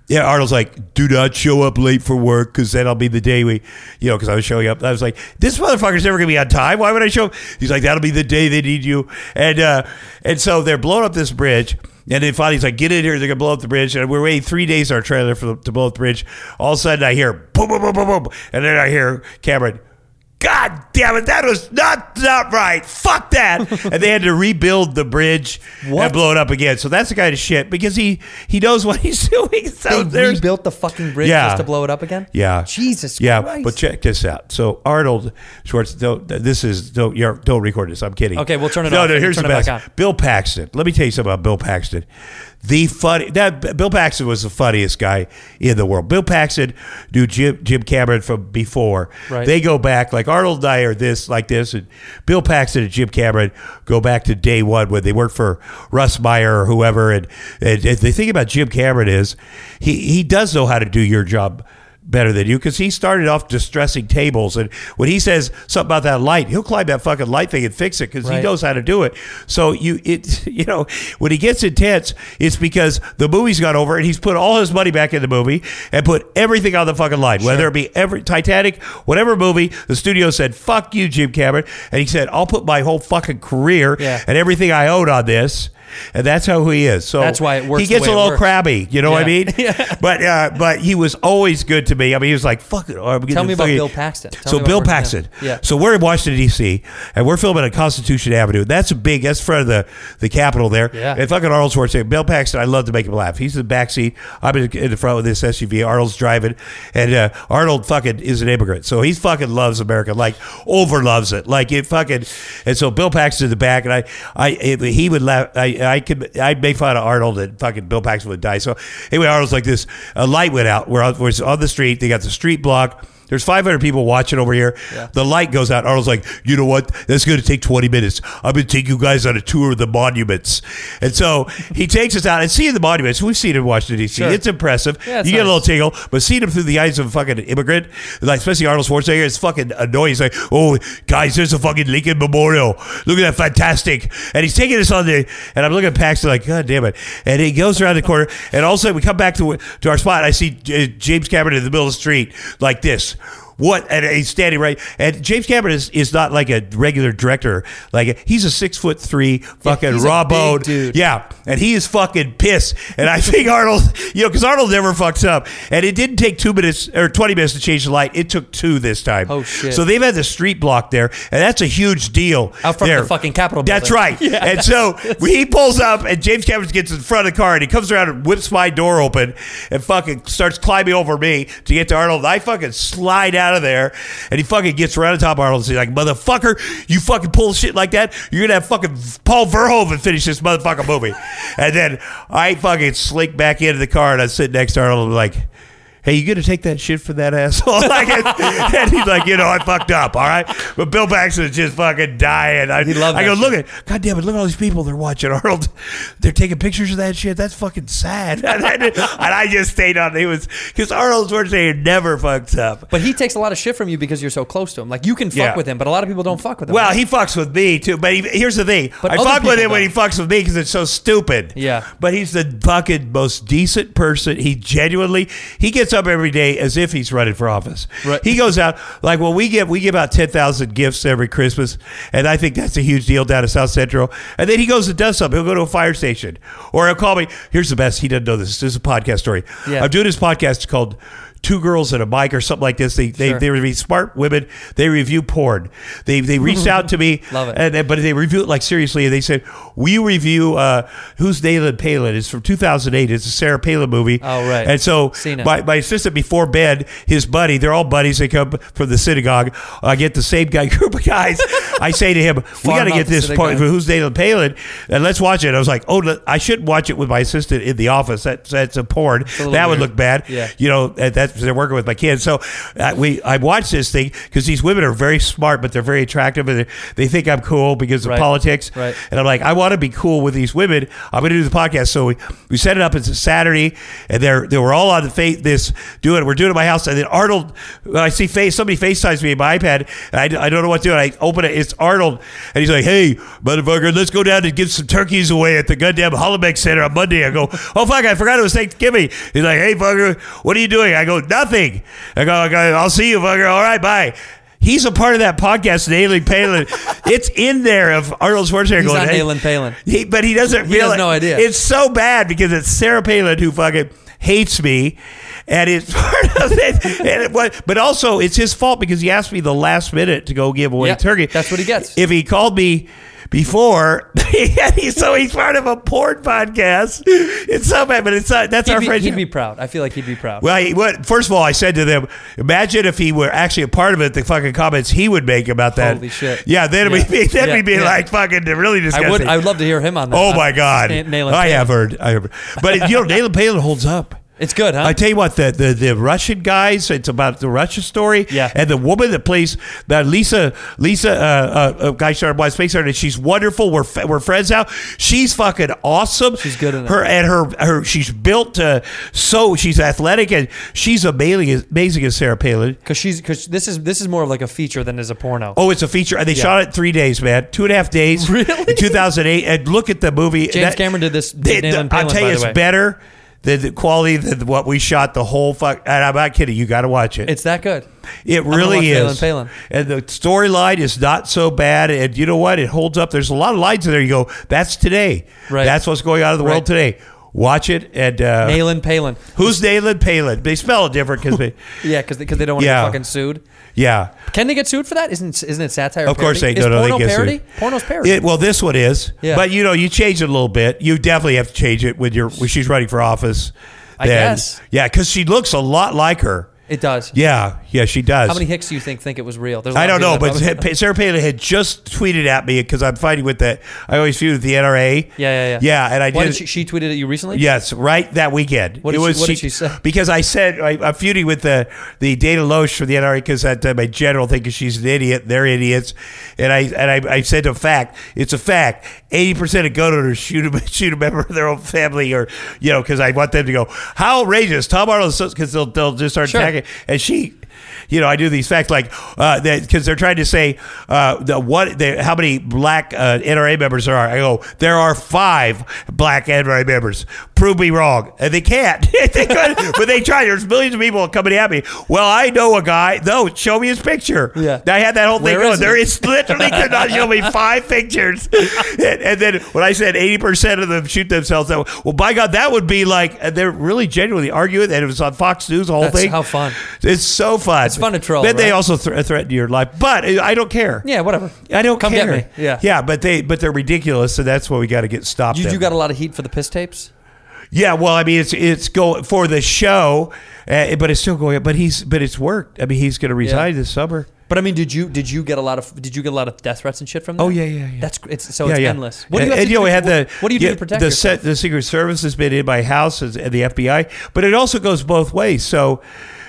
Speaker 9: Yeah, Arnold's like, do not show up late for work because that'll be the day we, you know, because I was showing up. I was like, this motherfucker's never gonna be on time. Why would I show up? He's like, that'll be the day they need you. And uh, and so they're blowing up this bridge. And then finally, he's like, get in here. They're going to blow up the bridge. And we're waiting three days in our trailer for the, to blow up the bridge. All of a sudden, I hear boom, boom, boom, boom, boom. And then I hear Cameron, God damn it, that was not, not right. Fuck that. and they had to rebuild the bridge
Speaker 8: What?
Speaker 9: and blow it up again. So that's the kind of shit because he, he knows what he's doing. So
Speaker 8: They
Speaker 9: there's-
Speaker 8: rebuilt the fucking bridge
Speaker 9: Yeah.
Speaker 8: just to blow it up again.
Speaker 9: yeah.
Speaker 8: Jesus.
Speaker 9: Yeah,
Speaker 8: Christ.
Speaker 9: but check this out. So Arnold Schwartz, don't, this is don't you're, don't record this. I'm kidding.
Speaker 8: Okay, we'll turn it
Speaker 9: no,
Speaker 8: off
Speaker 9: No,
Speaker 8: and
Speaker 9: here's
Speaker 8: turn
Speaker 9: the
Speaker 8: it back
Speaker 9: best.
Speaker 8: on.
Speaker 9: Bill Paxton. Let me tell you something about Bill Paxton. The funny that Bill Paxton was the funniest guy in the world. Bill Paxton knew Jim Jim Cameron from before.
Speaker 8: Right.
Speaker 9: They go back like Arnold and I are this like this, and Bill Paxton and Jim Cameron go back to day one when they worked for Russ Meyer or whoever. And, and, and the thing about Jim Cameron is he he does know how to do your job better than you because he started off distressing tables. And when he says something about that light, he'll climb that fucking light thing and fix it because he
Speaker 8: Right.
Speaker 9: knows how to do it. So you, it, you know, when he gets intense, it's because the movie's gone over and he's put all his money back in the movie and put everything on the fucking line, whether it be every Titanic, whatever movie. The studio said, "Fuck you, Jim Cameron," and he said, "I'll put my whole fucking career
Speaker 8: Yeah.
Speaker 9: and everything I owed on this." And that's how he is. So
Speaker 8: That's why it works
Speaker 9: He
Speaker 8: the
Speaker 9: gets
Speaker 8: way
Speaker 9: a
Speaker 8: it
Speaker 9: little
Speaker 8: works.
Speaker 9: crabby. You know what I
Speaker 8: Yeah.
Speaker 9: mean? but uh, but he was always good to me. I mean, he was like, "Fuck it." oh, I'm
Speaker 8: Tell
Speaker 9: gonna
Speaker 8: me about
Speaker 9: fucking-"
Speaker 8: Bill Paxton. Tell
Speaker 9: so
Speaker 8: me about
Speaker 9: Bill
Speaker 8: working- yeah.
Speaker 9: Paxton.
Speaker 8: Yeah.
Speaker 9: So we're in Washington D.C. and we're filming on Constitution Avenue. That's a big. That's in front of the the Capitol there.
Speaker 8: Yeah.
Speaker 9: And fucking Arnold Schwarzenegger. Bill Paxton. I love to make him laugh. He's in the backseat. I'm in, in the front with this SUV. Arnold's driving, and uh, Arnold fucking is an immigrant, so he fucking loves America, like over loves it, like it fucking. And so Bill Paxton in the back, and I, I, it, he would laugh. I, I could, I'd make fun of Arnold, and fucking Bill Paxton would die. So anyway, Arnold's like this. A light went out. We're on, we're on the street. They got the street block. There's 500 people watching over here. The light goes out. Arnold's like, you know what? That's going to take 20 minutes. I'm going to take you guys on a tour of the monuments. And so he takes us out and seeing the monuments. We've seen it in Washington, D.C.
Speaker 8: Sure.
Speaker 9: It's impressive.
Speaker 8: Yeah, it's
Speaker 9: you get a
Speaker 8: nice.
Speaker 9: little tingle, but seeing him through the eyes of a fucking immigrant, like especially Arnold Schwarzenegger, it's fucking annoying. He's like, oh, guys, there's a fucking Lincoln Memorial. Look at that. Fantastic. And he's taking us on there. And I'm looking at Paxton like, God damn it. And he goes around the corner. And all of a sudden, we come back to, to our spot. I see uh, James Cameron in the middle of the street like this what and he's standing right and james cameron is, is not like a regular director like he's a six foot three fucking
Speaker 8: he's a
Speaker 9: raw
Speaker 8: big
Speaker 9: boned
Speaker 8: dude.
Speaker 9: yeah and he is fucking pissed and i think arnold you know because arnold never fucks up and it didn't take two minutes or 20 minutes to change the light it took two this time
Speaker 8: Oh, shit.
Speaker 9: so they've had the street block there and that's a huge deal
Speaker 8: Out front of
Speaker 9: there.
Speaker 8: the fucking Capitol
Speaker 9: that's
Speaker 8: building.
Speaker 9: right and so he pulls up and james cameron gets in front of the car and he comes around and whips my door open and fucking starts climbing over me to get to arnold i fucking slide out of there and he fucking gets right on top of arnold and he's like motherfucker you fucking pull shit like that you're gonna have fucking paul verhoeven finish this motherfucking movie and then i fucking slink back into the car and i sit next to arnold and I'm like hey, you gonna take that shit for that asshole? like, and, and he's like, you know, I fucked up, all right. But Bill Paxton is just fucking dying. I,
Speaker 8: He loved
Speaker 9: I
Speaker 8: that
Speaker 9: go,
Speaker 8: shit.
Speaker 9: look at, god damn it, look at all these people they're watching Arnold. They're taking pictures of that shit. That's fucking sad. and, I, did- and I just stayed on. It was because Arnold Schwarzenegger never fucks up.
Speaker 8: But he takes a lot of shit from you because you're so close to him. Like you can fuck
Speaker 9: Yeah.
Speaker 8: with him, but a lot of people don't fuck with him.
Speaker 9: Well,
Speaker 8: right?
Speaker 9: he fucks with me too, but he, here's the thing:
Speaker 8: But
Speaker 9: I
Speaker 8: other
Speaker 9: fuck with
Speaker 8: people
Speaker 9: him when he
Speaker 8: don't.
Speaker 9: fucks with me because it's so stupid.
Speaker 8: Yeah.
Speaker 9: but he's the fucking most decent person. He genuinely he gets up every day as if he's running for office.
Speaker 8: Right.
Speaker 9: He goes out like well, we give we give out ten thousand gifts every Christmas, and I think that's a huge deal down in South Central. And then he goes and does something. He'll go to a fire station, or he'll call me. Here's the best. He doesn't know this. This is a podcast story.
Speaker 8: Yeah.
Speaker 9: I'm doing this podcast called. Two girls and a bike, or something like this. They they,
Speaker 8: Sure.
Speaker 9: they review smart women. They review porn. They they reached out to me.
Speaker 8: Love it.
Speaker 9: And, and- but they review it like seriously. And they said, "We review uh, who's Nathan Palin." It's from 2008. It's a Sarah Palin movie.
Speaker 8: Oh, right.
Speaker 9: And so
Speaker 8: Seen it.
Speaker 9: my my assistant before bed, his buddy, they're all buddies. They come from the synagogue. I get the same guy group of guys. I say to him, "We
Speaker 8: Farm
Speaker 9: got to
Speaker 8: out
Speaker 9: get
Speaker 8: the
Speaker 9: this part.
Speaker 8: synagogue.
Speaker 9: Who's Nathan Palin? And let's watch it." I was like, "Oh, look, I should watch it with my assistant in the office. That, that's a porn.
Speaker 8: a little
Speaker 9: that would
Speaker 8: weird.
Speaker 9: look bad.
Speaker 8: Yeah.
Speaker 9: You know, that- that's they're working with my kids. So uh, we I watched this thing because these women are very smart, but they're very attractive, and they- they think I'm cool because of
Speaker 8: Right.
Speaker 9: politics.
Speaker 8: Right.
Speaker 9: And I'm like, I want to be cool with these women. I'm going to do the podcast. So we, we set it up. It's a Saturday, and they're they were all on the fa- this doing. it. We're doing it at my house, and then Arnold. I see face somebody FaceTimes me on my iPad, and I, I don't know what to do. And I open it. It's Arnold, and he's like, Hey, motherfucker, let's go down and give some turkeys away at the goddamn Hollenbeck Center on Monday. I go, Oh fuck, I forgot it was Thanksgiving. He's like, Hey fucker, what are you doing? I go, Nothing. I go, I go I'll see you, fucker. All right, bye. He's a part of that podcast, Nailing Palin. it's in there of Arnold Schwarzenegger
Speaker 8: He's
Speaker 9: going,
Speaker 8: not
Speaker 9: "Hey."
Speaker 8: Nayland Palin.
Speaker 9: He, but he doesn't
Speaker 8: He has
Speaker 9: realize.
Speaker 8: no idea.
Speaker 9: It's so bad because it's Sarah Palin who fucking hates me, and it's part of it. And it was, but also, it's his fault because he asked me the last minute to go give away
Speaker 8: Yeah,
Speaker 9: turkey.
Speaker 8: that's what he gets.
Speaker 9: If he called me before, and he's, so he's part of a porn podcast. It's so bad, but it's not. That's
Speaker 8: he'd
Speaker 9: our
Speaker 8: be,
Speaker 9: friendship.
Speaker 8: he'd be proud. I feel like he'd be proud.
Speaker 9: Well, he, what, first of all, I said to them, imagine if he were actually a part of it, the fucking comments he would make about that.
Speaker 8: Holy shit.
Speaker 9: Yeah, then
Speaker 8: Yeah.
Speaker 9: we'd be, then
Speaker 8: Yeah.
Speaker 9: we'd be
Speaker 8: Yeah.
Speaker 9: like fucking really disgusting.
Speaker 8: I would. I would love to hear him on that.
Speaker 9: Oh
Speaker 8: I'm-
Speaker 9: my God!
Speaker 8: Na- Nayland
Speaker 9: I
Speaker 8: Palin.
Speaker 9: have heard. I have, heard. but you know, Nayland Palin holds up.
Speaker 8: It's good, huh?
Speaker 9: I tell you what, the, the the Russian guys. It's about the Russia story.
Speaker 8: Yeah.
Speaker 9: And the woman that plays that Lisa Lisa uh, uh, uh, Guy Star Black Space Artist. She's wonderful. We're f- we're friends now. She's fucking awesome.
Speaker 8: She's good in it.
Speaker 9: Her and her her she's built to so she's athletic and she's amazing amazing as Sarah Palin.
Speaker 8: Because she's because this is this is more of like a feature than is a porno.
Speaker 9: Oh, it's a feature. And they shot it three days, man. Two and a half days.
Speaker 8: Really?
Speaker 9: In 2008. And look at the movie.
Speaker 8: James Cameron did this- did Neyland Palin,
Speaker 9: I'll tell you,
Speaker 8: by the
Speaker 9: it's
Speaker 8: way.
Speaker 9: better than the quality than what we shot the whole fuck. And I'm not kidding. You got to watch it.
Speaker 8: It's that good.
Speaker 9: it
Speaker 8: gonna watch
Speaker 9: really
Speaker 8: Neyland
Speaker 9: is.
Speaker 8: Palin.
Speaker 9: And the storyline is not so bad. And you know what? It holds up. There's a lot of lines in there. You go, that's today.
Speaker 8: Right.
Speaker 9: That's what's going on in the world
Speaker 8: Right.
Speaker 9: today. Watch it. And uh,
Speaker 8: Nayland Palin.
Speaker 9: who's Nayland Palin? They spell it different because they.
Speaker 8: Yeah, because they, 'cause they don't want to
Speaker 9: Yeah.
Speaker 8: get fucking sued.
Speaker 9: Yeah.
Speaker 8: Can they get sued for that? Isn't isn't it satire?
Speaker 9: Of course they
Speaker 8: parody?
Speaker 9: no,
Speaker 8: Is
Speaker 9: no,
Speaker 8: porno
Speaker 9: they guess
Speaker 8: parody.
Speaker 9: it.
Speaker 8: Porno's parody.
Speaker 9: It- well, this one is.
Speaker 8: Yeah.
Speaker 9: But you know, you change it a little bit. You definitely have to change it when you're when she's running for office.
Speaker 8: I
Speaker 9: Then-
Speaker 8: guess.
Speaker 9: Yeah, because she looks a lot like her.
Speaker 8: It does.
Speaker 9: Yeah, yeah, she does.
Speaker 8: How many hicks do you think think it was real? There's a lot
Speaker 9: I don't
Speaker 8: of
Speaker 9: know,
Speaker 8: people
Speaker 9: but
Speaker 8: that probably-
Speaker 9: Sarah Palin had just tweeted at me because I'm fighting with that. I always feud with the NRA.
Speaker 8: yeah, yeah, yeah.
Speaker 9: Yeah, and I
Speaker 8: Why
Speaker 9: did.
Speaker 8: she, she tweeted at you recently.
Speaker 9: Yes, right that weekend.
Speaker 8: What did she- what did she say?
Speaker 9: Because I said I, I'm feuding with the the Dana Loesch from the NRA because that uh, my general thinking she's an idiot. They're idiots, and I and I, I said a fact. It's a fact. Eighty percent of gun owners shoot a shoot a member of their own family, or you know, because I want them to go how outrageous. Tom Arnold because they'll they'll just start
Speaker 8: Sure.
Speaker 9: attacking. And she, you know, I do these facts like uh, that because they're trying to say uh, the, what the, how many black uh, NRA members there are. I go, there are five black NRA members. Prove me wrong. And they can't. they could, but they try. There's millions of people coming at me. Well, I know a guy. No, show me his picture.
Speaker 8: Yeah.
Speaker 9: I had that whole thing.
Speaker 8: Where
Speaker 9: going.
Speaker 8: is
Speaker 9: there
Speaker 8: he?
Speaker 9: is literally could not show me five pictures. and, and then when I said eighty percent of them shoot themselves, that well, by God, that would be like and they're really genuinely arguing, and it was on Fox News. The whole
Speaker 8: That's
Speaker 9: thing.
Speaker 8: how fun.
Speaker 9: It's so fun.
Speaker 8: It's fun to troll,
Speaker 9: Then
Speaker 8: right?
Speaker 9: they also thre- threaten your life, but I don't care.
Speaker 8: Yeah, whatever.
Speaker 9: I don't
Speaker 8: Come
Speaker 9: care.
Speaker 8: get me. Yeah.
Speaker 9: yeah, but they but they're ridiculous, so that's why we got to get stopped.
Speaker 8: You,
Speaker 9: them.
Speaker 8: you got a lot of heat for the piss tapes.
Speaker 9: Yeah, well, I mean, it's it's go for the show, uh, but it's still going. up. But he's but it's worked. I mean, he's going to resign this summer.
Speaker 8: But I mean, did you did you get a lot of did you get a lot of death threats and shit from? That?
Speaker 9: Oh, yeah, yeah, yeah.
Speaker 8: That's it's so it's endless. What do you
Speaker 9: and,
Speaker 8: have
Speaker 9: and,
Speaker 8: to
Speaker 9: you know,
Speaker 8: do?
Speaker 9: we
Speaker 8: to-
Speaker 9: had the
Speaker 8: what, what do you do
Speaker 9: yeah,
Speaker 8: to protect
Speaker 9: the
Speaker 8: yourself?
Speaker 9: se- the Secret Service has been in my house as- and the FBI, but it also goes both ways. So,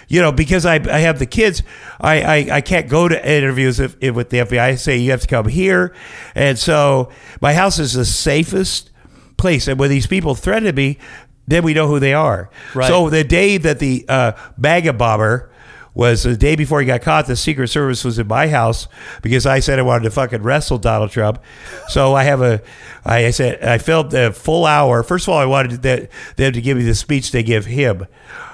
Speaker 9: you know, because I, I have the kids, I, I, I can't go to interviews if, if with the FBI. I say you have to come here, and so my house is the safest place. And when these people threaten me, then we know who they are.
Speaker 8: Right.
Speaker 9: So the day that the uh, MAGA bomber was the day before he got caught, the Secret Service was in my house because I said I wanted to fucking wrestle Donald Trump. So I have a, I said I filmed a full hour. First of all, I wanted that, them to give me the speech they give him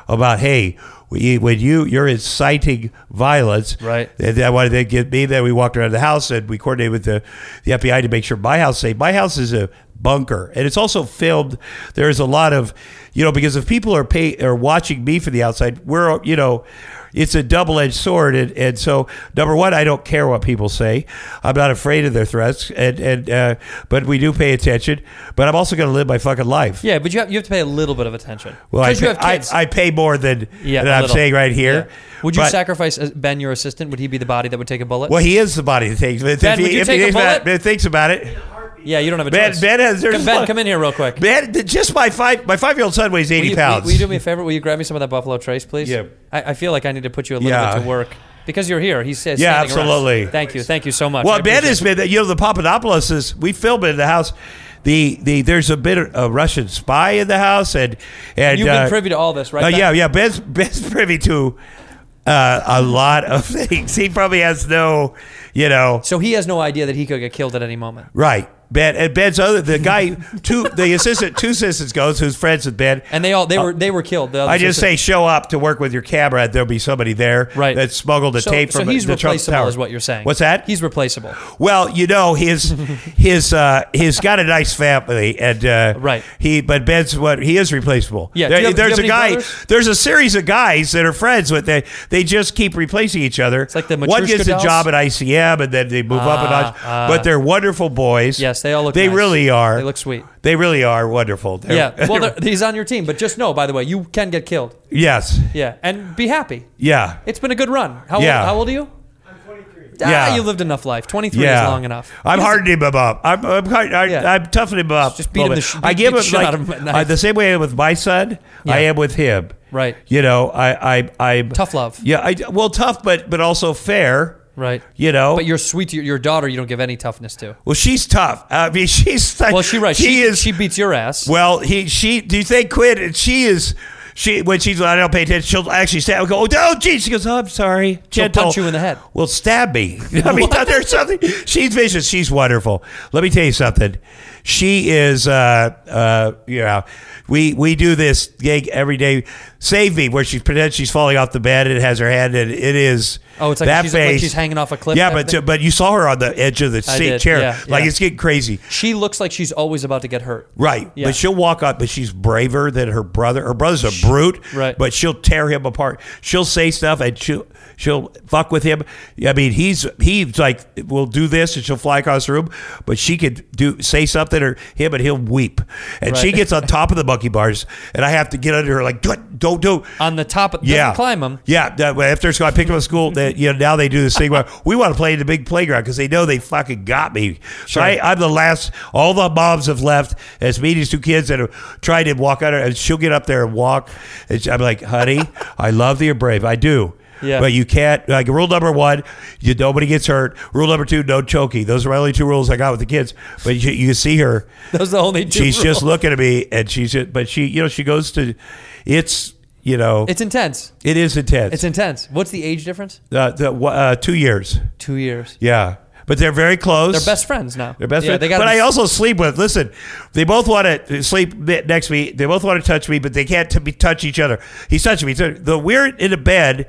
Speaker 9: about hey. we- When you you're inciting violence,
Speaker 8: Right.
Speaker 9: and then why did they get me? Then we walked around the house and we coordinated with the, the FBI to make sure my house safe. My house is a bunker, and it's also filmed. There is a lot of, you know, because if people are pay are watching me from the outside, we're you know, it's a double edged sword. And, and so number one, I don't care what people say. I'm not afraid of their threats, and and uh, but we do pay attention. But I'm also going to live my fucking life.
Speaker 8: yeah, but you have you have to pay a little bit of attention
Speaker 9: Well, I,
Speaker 8: because you
Speaker 9: pay-
Speaker 8: have kids.
Speaker 9: I, I pay more than,
Speaker 8: yeah,
Speaker 9: than
Speaker 8: a
Speaker 9: I'm
Speaker 8: little.
Speaker 9: saying right here.
Speaker 8: Yeah. Would you
Speaker 9: But-
Speaker 8: sacrifice uh, Ben, your assistant? Would he be the body that would take a bullet?
Speaker 9: Well, he is the body that thinks. If,
Speaker 8: Ben,
Speaker 9: he,
Speaker 8: would you
Speaker 9: if
Speaker 8: take
Speaker 9: he
Speaker 8: a
Speaker 9: thinks about,
Speaker 8: bullet?
Speaker 9: it- thinks about it,
Speaker 8: yeah, you don't have a
Speaker 9: Ben,
Speaker 8: choice.
Speaker 9: Ben has. There's
Speaker 8: come, Ben, come in here real quick.
Speaker 9: Ben, th- just my five, my five-year-old son weighs
Speaker 8: will
Speaker 9: eighty
Speaker 8: you, will you-
Speaker 9: pounds.
Speaker 8: will you do me a favor? Will you grab me some of that Buffalo Trace, please?
Speaker 9: Yeah.
Speaker 8: I, I feel like I need to put you a little
Speaker 9: Yeah.
Speaker 8: bit to work because you're here. He says,
Speaker 9: Yeah,
Speaker 8: standing around.
Speaker 9: absolutely.
Speaker 8: Thank you, thank you so much. I
Speaker 9: well, Ben
Speaker 8: appreciate
Speaker 9: has
Speaker 8: it.
Speaker 9: been. You know, the Papadopoulos is. We film it in the house. The the there's a bit of a Russian spy in the house, and and
Speaker 8: You've been
Speaker 9: uh,
Speaker 8: privy to all this, right?
Speaker 9: Oh
Speaker 8: Ben?
Speaker 9: yeah, yeah. Ben's Ben's privy to uh, a lot of things. He probably has no, you know,
Speaker 8: So he has no idea that he could get killed at any moment.
Speaker 9: right. Ben and Ben's other the guy two the assistant two assistants goes who's friends with Ben
Speaker 8: And they all they were they were killed. The other
Speaker 9: Uh, I just say
Speaker 8: sisters.
Speaker 9: show up to work with your camera. and There'll be somebody there
Speaker 8: Right.
Speaker 9: that smuggled a
Speaker 8: so,
Speaker 9: tape
Speaker 8: so
Speaker 9: from
Speaker 8: he's
Speaker 9: the Trump
Speaker 8: replaceable
Speaker 9: Tower.
Speaker 8: is what you're saying.
Speaker 9: What's that?
Speaker 8: He's replaceable.
Speaker 9: well, you know his his uh, he's got a nice family and uh,
Speaker 8: Right.
Speaker 9: He but Ben's what he is replaceable.
Speaker 8: Yeah, do you have- do you have
Speaker 9: there's a
Speaker 8: any
Speaker 9: guy.
Speaker 8: brothers?
Speaker 9: There's a series of guys that are friends with they they just keep replacing each other. It's
Speaker 8: like the
Speaker 9: one gets
Speaker 8: Matryoshka
Speaker 9: a
Speaker 8: dolls?
Speaker 9: job at ICM and then they move up a notch.
Speaker 8: Ah, ah.
Speaker 9: but they're wonderful boys.
Speaker 8: Yes, they all look
Speaker 9: They
Speaker 8: nice.
Speaker 9: really are.
Speaker 8: They look sweet.
Speaker 9: They really are wonderful. They're-
Speaker 8: Yeah. Well, they're- he's on your team, but just know, by the way, you can get killed.
Speaker 9: yes.
Speaker 8: Yeah, and be happy.
Speaker 9: Yeah.
Speaker 8: It's been a good run. How
Speaker 9: Yeah.
Speaker 8: old, how old are you? Ah,
Speaker 9: Yeah.
Speaker 8: you lived enough life. 23
Speaker 9: Yeah, Uh,
Speaker 8: is long enough.
Speaker 9: I'm
Speaker 8: He doesn't-
Speaker 9: hardening him up. I'm I'm, kind, I,
Speaker 8: Yeah.
Speaker 9: I'm toughening him up.
Speaker 8: Just beat him
Speaker 9: a
Speaker 8: the
Speaker 9: little
Speaker 8: sh-
Speaker 9: bit. I
Speaker 8: beat
Speaker 9: give
Speaker 8: the
Speaker 9: him
Speaker 8: shit
Speaker 9: like
Speaker 8: out of him at
Speaker 9: uh,
Speaker 8: night.
Speaker 9: the same way I am with my son. I
Speaker 8: Yeah.
Speaker 9: am with him.
Speaker 8: Right.
Speaker 9: You know, I I I
Speaker 8: Tough love.
Speaker 9: Yeah. I well tough, but but also fair.
Speaker 8: Right.
Speaker 9: You know.
Speaker 8: But you're sweet to your, your daughter. You don't give any toughness to.
Speaker 9: well, she's tough. I mean, she's
Speaker 8: Well, she right.
Speaker 9: She,
Speaker 8: She,
Speaker 9: is.
Speaker 8: She beats your ass.
Speaker 9: well, he she. Do you think Quinn? She is. She when she's I don't pay attention. She'll actually stab. Go. Oh, geez. She goes. Oh, I'm sorry.
Speaker 8: She'll
Speaker 9: Gentle.
Speaker 8: punch you in the head.
Speaker 9: Well, stab me. I mean, there's something. She's vicious. She's wonderful. Let me tell you something. She is. Uh, uh, yeah. We we do this gig every day. Save me, where she pretends she's falling off the bed and has her hand, and it is.
Speaker 8: Oh, it's like
Speaker 9: that
Speaker 8: she's- like
Speaker 9: face.
Speaker 8: she's hanging off a cliff
Speaker 9: Yeah,
Speaker 8: type
Speaker 9: but
Speaker 8: thing?
Speaker 9: but you saw her on the edge of the
Speaker 8: I
Speaker 9: seat
Speaker 8: did,
Speaker 9: chair.
Speaker 8: yeah,
Speaker 9: like
Speaker 8: yeah.
Speaker 9: it's getting crazy.
Speaker 8: she looks like she's always about to get hurt.
Speaker 9: Right,
Speaker 8: Yeah.
Speaker 9: but she'll walk up, but she's braver than her brother. Her brother's a brute,
Speaker 8: right.
Speaker 9: But she'll tear him apart. She'll say stuff and she'll she'll fuck with him. I mean, he's he's like, we'll do this, and she'll fly across the room. But she could do say something or him, and he'll weep. And she
Speaker 8: Right.
Speaker 9: gets on top of the monkey bars, and I have to get under her like, do it, don't do. it."
Speaker 8: On the top of.
Speaker 9: yeah,
Speaker 8: Doesn't climb them.
Speaker 9: Yeah, that, way after school, I picked him up at school. That you know, now they do this thing where we want to play in the big playground because they know they fucking got me. So I, I'm the last. All the moms have left. It's me, and these two kids that have tried to walk out, and she'll get up there and walk. And she- I'm like, honey, I love that you're brave. I do.
Speaker 8: Yeah.
Speaker 9: But you can't. Like rule number one, you nobody gets hurt. Rule number two, no choking. Those are my only two rules I got with the kids. But you, you see her
Speaker 8: Those are the only two
Speaker 9: she's
Speaker 8: rules.
Speaker 9: just looking at me and she's just, but she you know she goes to it's you know
Speaker 8: It's intense.
Speaker 9: it is intense
Speaker 8: It's intense. What's the age difference?
Speaker 9: uh, the, wha- uh, two years
Speaker 8: Two years.
Speaker 9: yeah but they're very close
Speaker 8: They're best friends now.
Speaker 9: they're best
Speaker 8: Yeah,
Speaker 9: friends.
Speaker 8: They got
Speaker 9: but I also sleep with. Listen, they both want to sleep ne- next to me. They both want to touch me, but they can't t- be- touch each other. He's touching me. So the we're in a bed,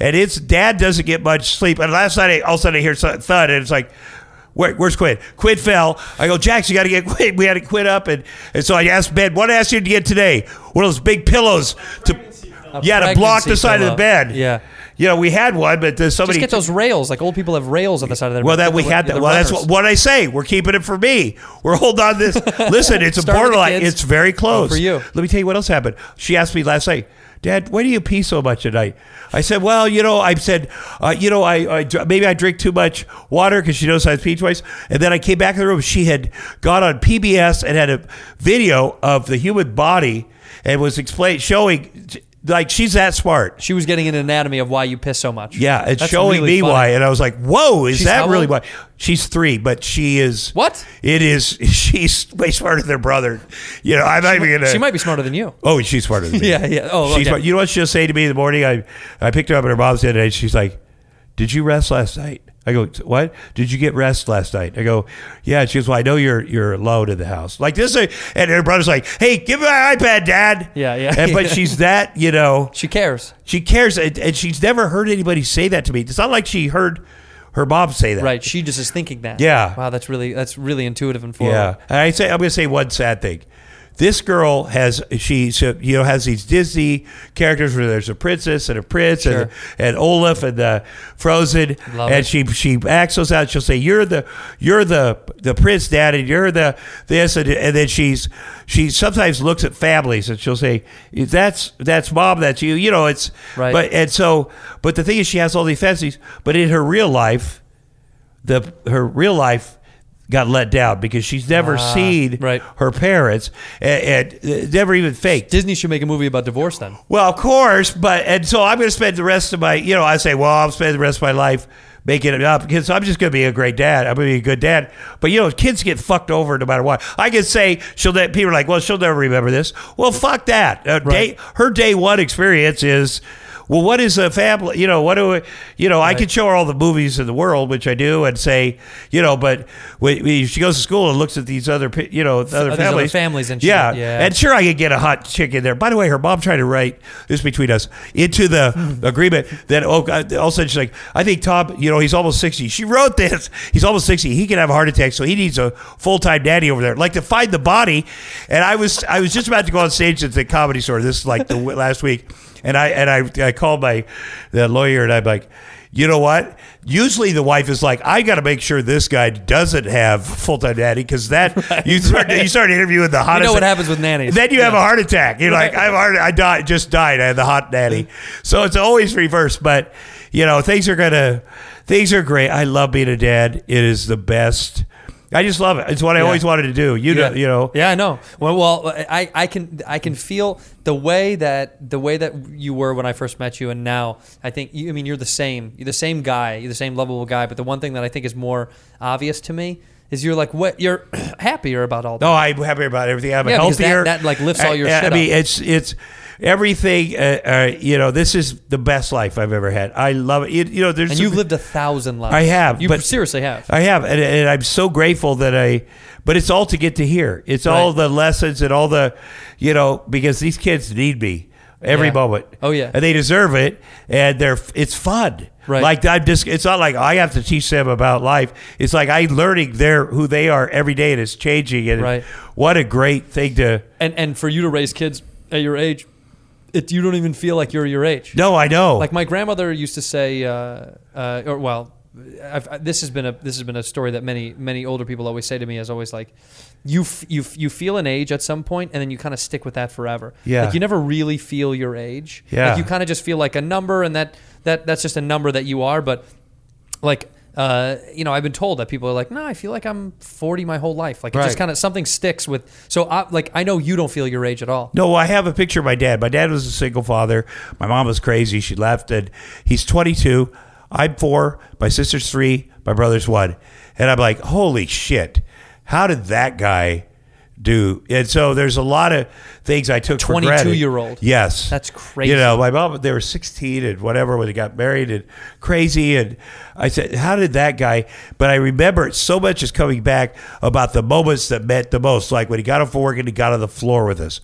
Speaker 9: and it's dad doesn't get much sleep. And last night, I, all of a sudden, I hear some thud, and it's like. Where, where's Quinn? Quinn fell. I go, Jax, you got to get Quinn. We had to Quinn up, and, and so I asked Ben, what did I ask you to get today? One of those big pillows to, yeah, to block
Speaker 8: pregnancy
Speaker 9: the side of
Speaker 8: pillow.
Speaker 9: the bed.
Speaker 8: Yeah.
Speaker 9: you know we had one, but there's
Speaker 8: Just
Speaker 9: somebody
Speaker 8: get those rails. Like old people have rails on the side of their.
Speaker 9: well,
Speaker 8: bed.
Speaker 9: that we
Speaker 8: People
Speaker 9: had
Speaker 8: like-
Speaker 9: that.
Speaker 8: the
Speaker 9: Well, that's
Speaker 8: runners.
Speaker 9: what, what I say. We're keeping it for me. We're holding on to this. Listen, it's a
Speaker 8: Start with the
Speaker 9: borderline.
Speaker 8: kids.
Speaker 9: It's very close
Speaker 8: for you.
Speaker 9: Let me tell you what else happened. She asked me last night, Dad, why do you pee so much at night? I said, Well, you know, I said, uh, you know, I, I dr- maybe I drink too much water because she knows I pee twice. And then I came back in the room. She had gone on PBS and had a video of the human body and was explaining, showing. Like she's that smart.
Speaker 8: She was getting an anatomy of why you piss so much.
Speaker 9: Yeah, it's
Speaker 8: That's
Speaker 9: showing
Speaker 8: really
Speaker 9: me
Speaker 8: funny.
Speaker 9: why, and I was like, "Whoa, is
Speaker 8: She's
Speaker 9: that
Speaker 8: how
Speaker 9: really
Speaker 8: old?
Speaker 9: why?" She's three, but she is
Speaker 8: What?
Speaker 9: It is. She's way smarter than her brother. You know, I'm not even gonna.
Speaker 8: She might be smarter than you.
Speaker 9: Oh, she's smarter than me.
Speaker 8: Yeah, yeah. Oh,
Speaker 9: she's
Speaker 8: okay.
Speaker 9: smart. You know what she'll say to me in the morning? I I picked her up at her mom's the other day. And she's like, "Did you rest last night?" I go, "What? Did you get rest last night?" I go, "Yeah." She goes, "Well, I know you're you're alone in the house like this." is- And her brother's like, "Hey, give me my iPad, Dad."
Speaker 8: Yeah, yeah.
Speaker 9: And, but she's that you know.
Speaker 8: She cares.
Speaker 9: She cares, and, and she's never heard anybody say that to me. It's not like she heard her mom say that.
Speaker 8: Right. She just is thinking that.
Speaker 9: Yeah.
Speaker 8: Wow, that's really that's really intuitive and forward.
Speaker 9: Yeah. And I say I'm going to say one sad thing. This girl has she so, you know has these Disney characters where there's a princess and a prince
Speaker 8: Sure.
Speaker 9: and and Olaf and the Frozen
Speaker 8: Love
Speaker 9: and
Speaker 8: it.
Speaker 9: she she acts those out. She'll say you're the you're the the prince dad and you're the this and, and then she's she sometimes looks at families and she'll say that's that's mom that's you you know it's
Speaker 8: Right.
Speaker 9: but and so but the thing is she has all these fantasies but in her real life the her real life got let down because she's never seen
Speaker 8: right.
Speaker 9: her parents and, and uh, never even faked.
Speaker 8: Disney should make a movie about divorce then.
Speaker 9: Well, of course, but and so I'm going to spend the rest of my, you know, I say, well, I'll spend the rest of my life making it up because I'm just going to be a great dad. I'm going to be a good dad. But you know, kids get fucked over no matter what. I can say she'll. ne- People are like, well, she'll never remember this. Well, fuck that. Uh,
Speaker 8: Right.
Speaker 9: day, her day one experience is. Well, what is a family? You know, what do I, you know? I could show her all the movies in the world, which I do, and say, you know, but when, when she goes to school and looks at these other, pe- you know, other
Speaker 8: other
Speaker 9: families,
Speaker 8: families and shit,
Speaker 9: yeah,
Speaker 8: yeah.
Speaker 9: and sure I could get a hot chick in there. By the way, her mom tried to write this between us into the agreement that oh, God, all of a sudden she's like, I think Tom, you know, he's almost sixty. She wrote this. He's almost sixty. He can have a heart attack, so he needs a full time daddy over there, like to find the body. And I was I was just about to go on stage at the comedy store. This is like the w- last week, and I and I I called my the lawyer and I'm like. you know what? Usually the wife is like, I got to make sure this guy doesn't have full time daddy because that you start you start interviewing the hottest.
Speaker 8: what happens with nannies.
Speaker 9: Then you have
Speaker 8: Yeah.
Speaker 9: a heart attack. You're like, I've already, I died, just died. I had the hot nanny. So it's always reversed. But you know, things are gonna things are great. I love being a dad. It is the best. I just love it. It's what I always wanted to do. You know, you know.
Speaker 8: Yeah, I know. Well, well, I, I can I can feel the way that the way that you were when I first met you, and now I think you, I mean you're the same. You're the same guy. You're the same lovable guy. But the one thing that I think is more obvious to me is you're like what you're happier about all that.
Speaker 9: No, Oh, I'm happy about everything. I'm
Speaker 8: Yeah, because that-
Speaker 9: healthier.
Speaker 8: that, like, lifts all your
Speaker 9: I, I
Speaker 8: shit
Speaker 9: mean,
Speaker 8: up.
Speaker 9: it's it's everything. Uh, uh, you know, this is the best life I've ever had. I love it. You, you know, there's
Speaker 8: and you've lived a thousand lives.
Speaker 9: I have,
Speaker 8: You
Speaker 9: but-
Speaker 8: seriously have.
Speaker 9: I have, and, and I'm so grateful that I. But it's all to get to here. It's all
Speaker 8: Right.
Speaker 9: the lessons and all the, you know, because these kids need me every
Speaker 8: Yeah.
Speaker 9: moment.
Speaker 8: Oh, yeah.
Speaker 9: and they deserve it, and they're it's fun.
Speaker 8: Right.
Speaker 9: Like I'm just. It's not like I have to teach them about life. It's like I'm learning their who they are every day, and it's changing. And
Speaker 8: Right.
Speaker 9: what a great thing to.
Speaker 8: and and for you to raise kids at your age, it, you don't even feel like you're your age.
Speaker 9: No, I know.
Speaker 8: like my grandmother used to say, uh, uh, or well, I've, I, this has been a this has been a story that many many older people always say to me is always like, you f- you f- you feel an age at some point, and then you kind of stick with that forever.
Speaker 9: Yeah.
Speaker 8: like you never really feel your age.
Speaker 9: Yeah.
Speaker 8: like you kind of just feel like a number, and that that that's just a number that you are. But like. Uh, you know, I've been told that people are like, no, I feel like I'm 40 my whole life. Like, it
Speaker 9: Right.
Speaker 8: just kind of something sticks with. So, I, like, I know you don't feel your age at all.
Speaker 9: No, I have a picture of my dad. My dad was a single father. My mom was crazy. She left, and he's 22. I'm four. My sister's three. My brother's one. And I'm like, holy shit! How did that guy do? And so there's a lot of things I took for granted.
Speaker 8: 22-year-old.
Speaker 9: Yes,
Speaker 8: That's crazy.
Speaker 9: You know, my mom. They were 16 and whatever when they got married, and crazy. And I said, how did that guy? But I remember so much is coming back about the moments that meant the most, like when he got off of work and he got on the floor with us.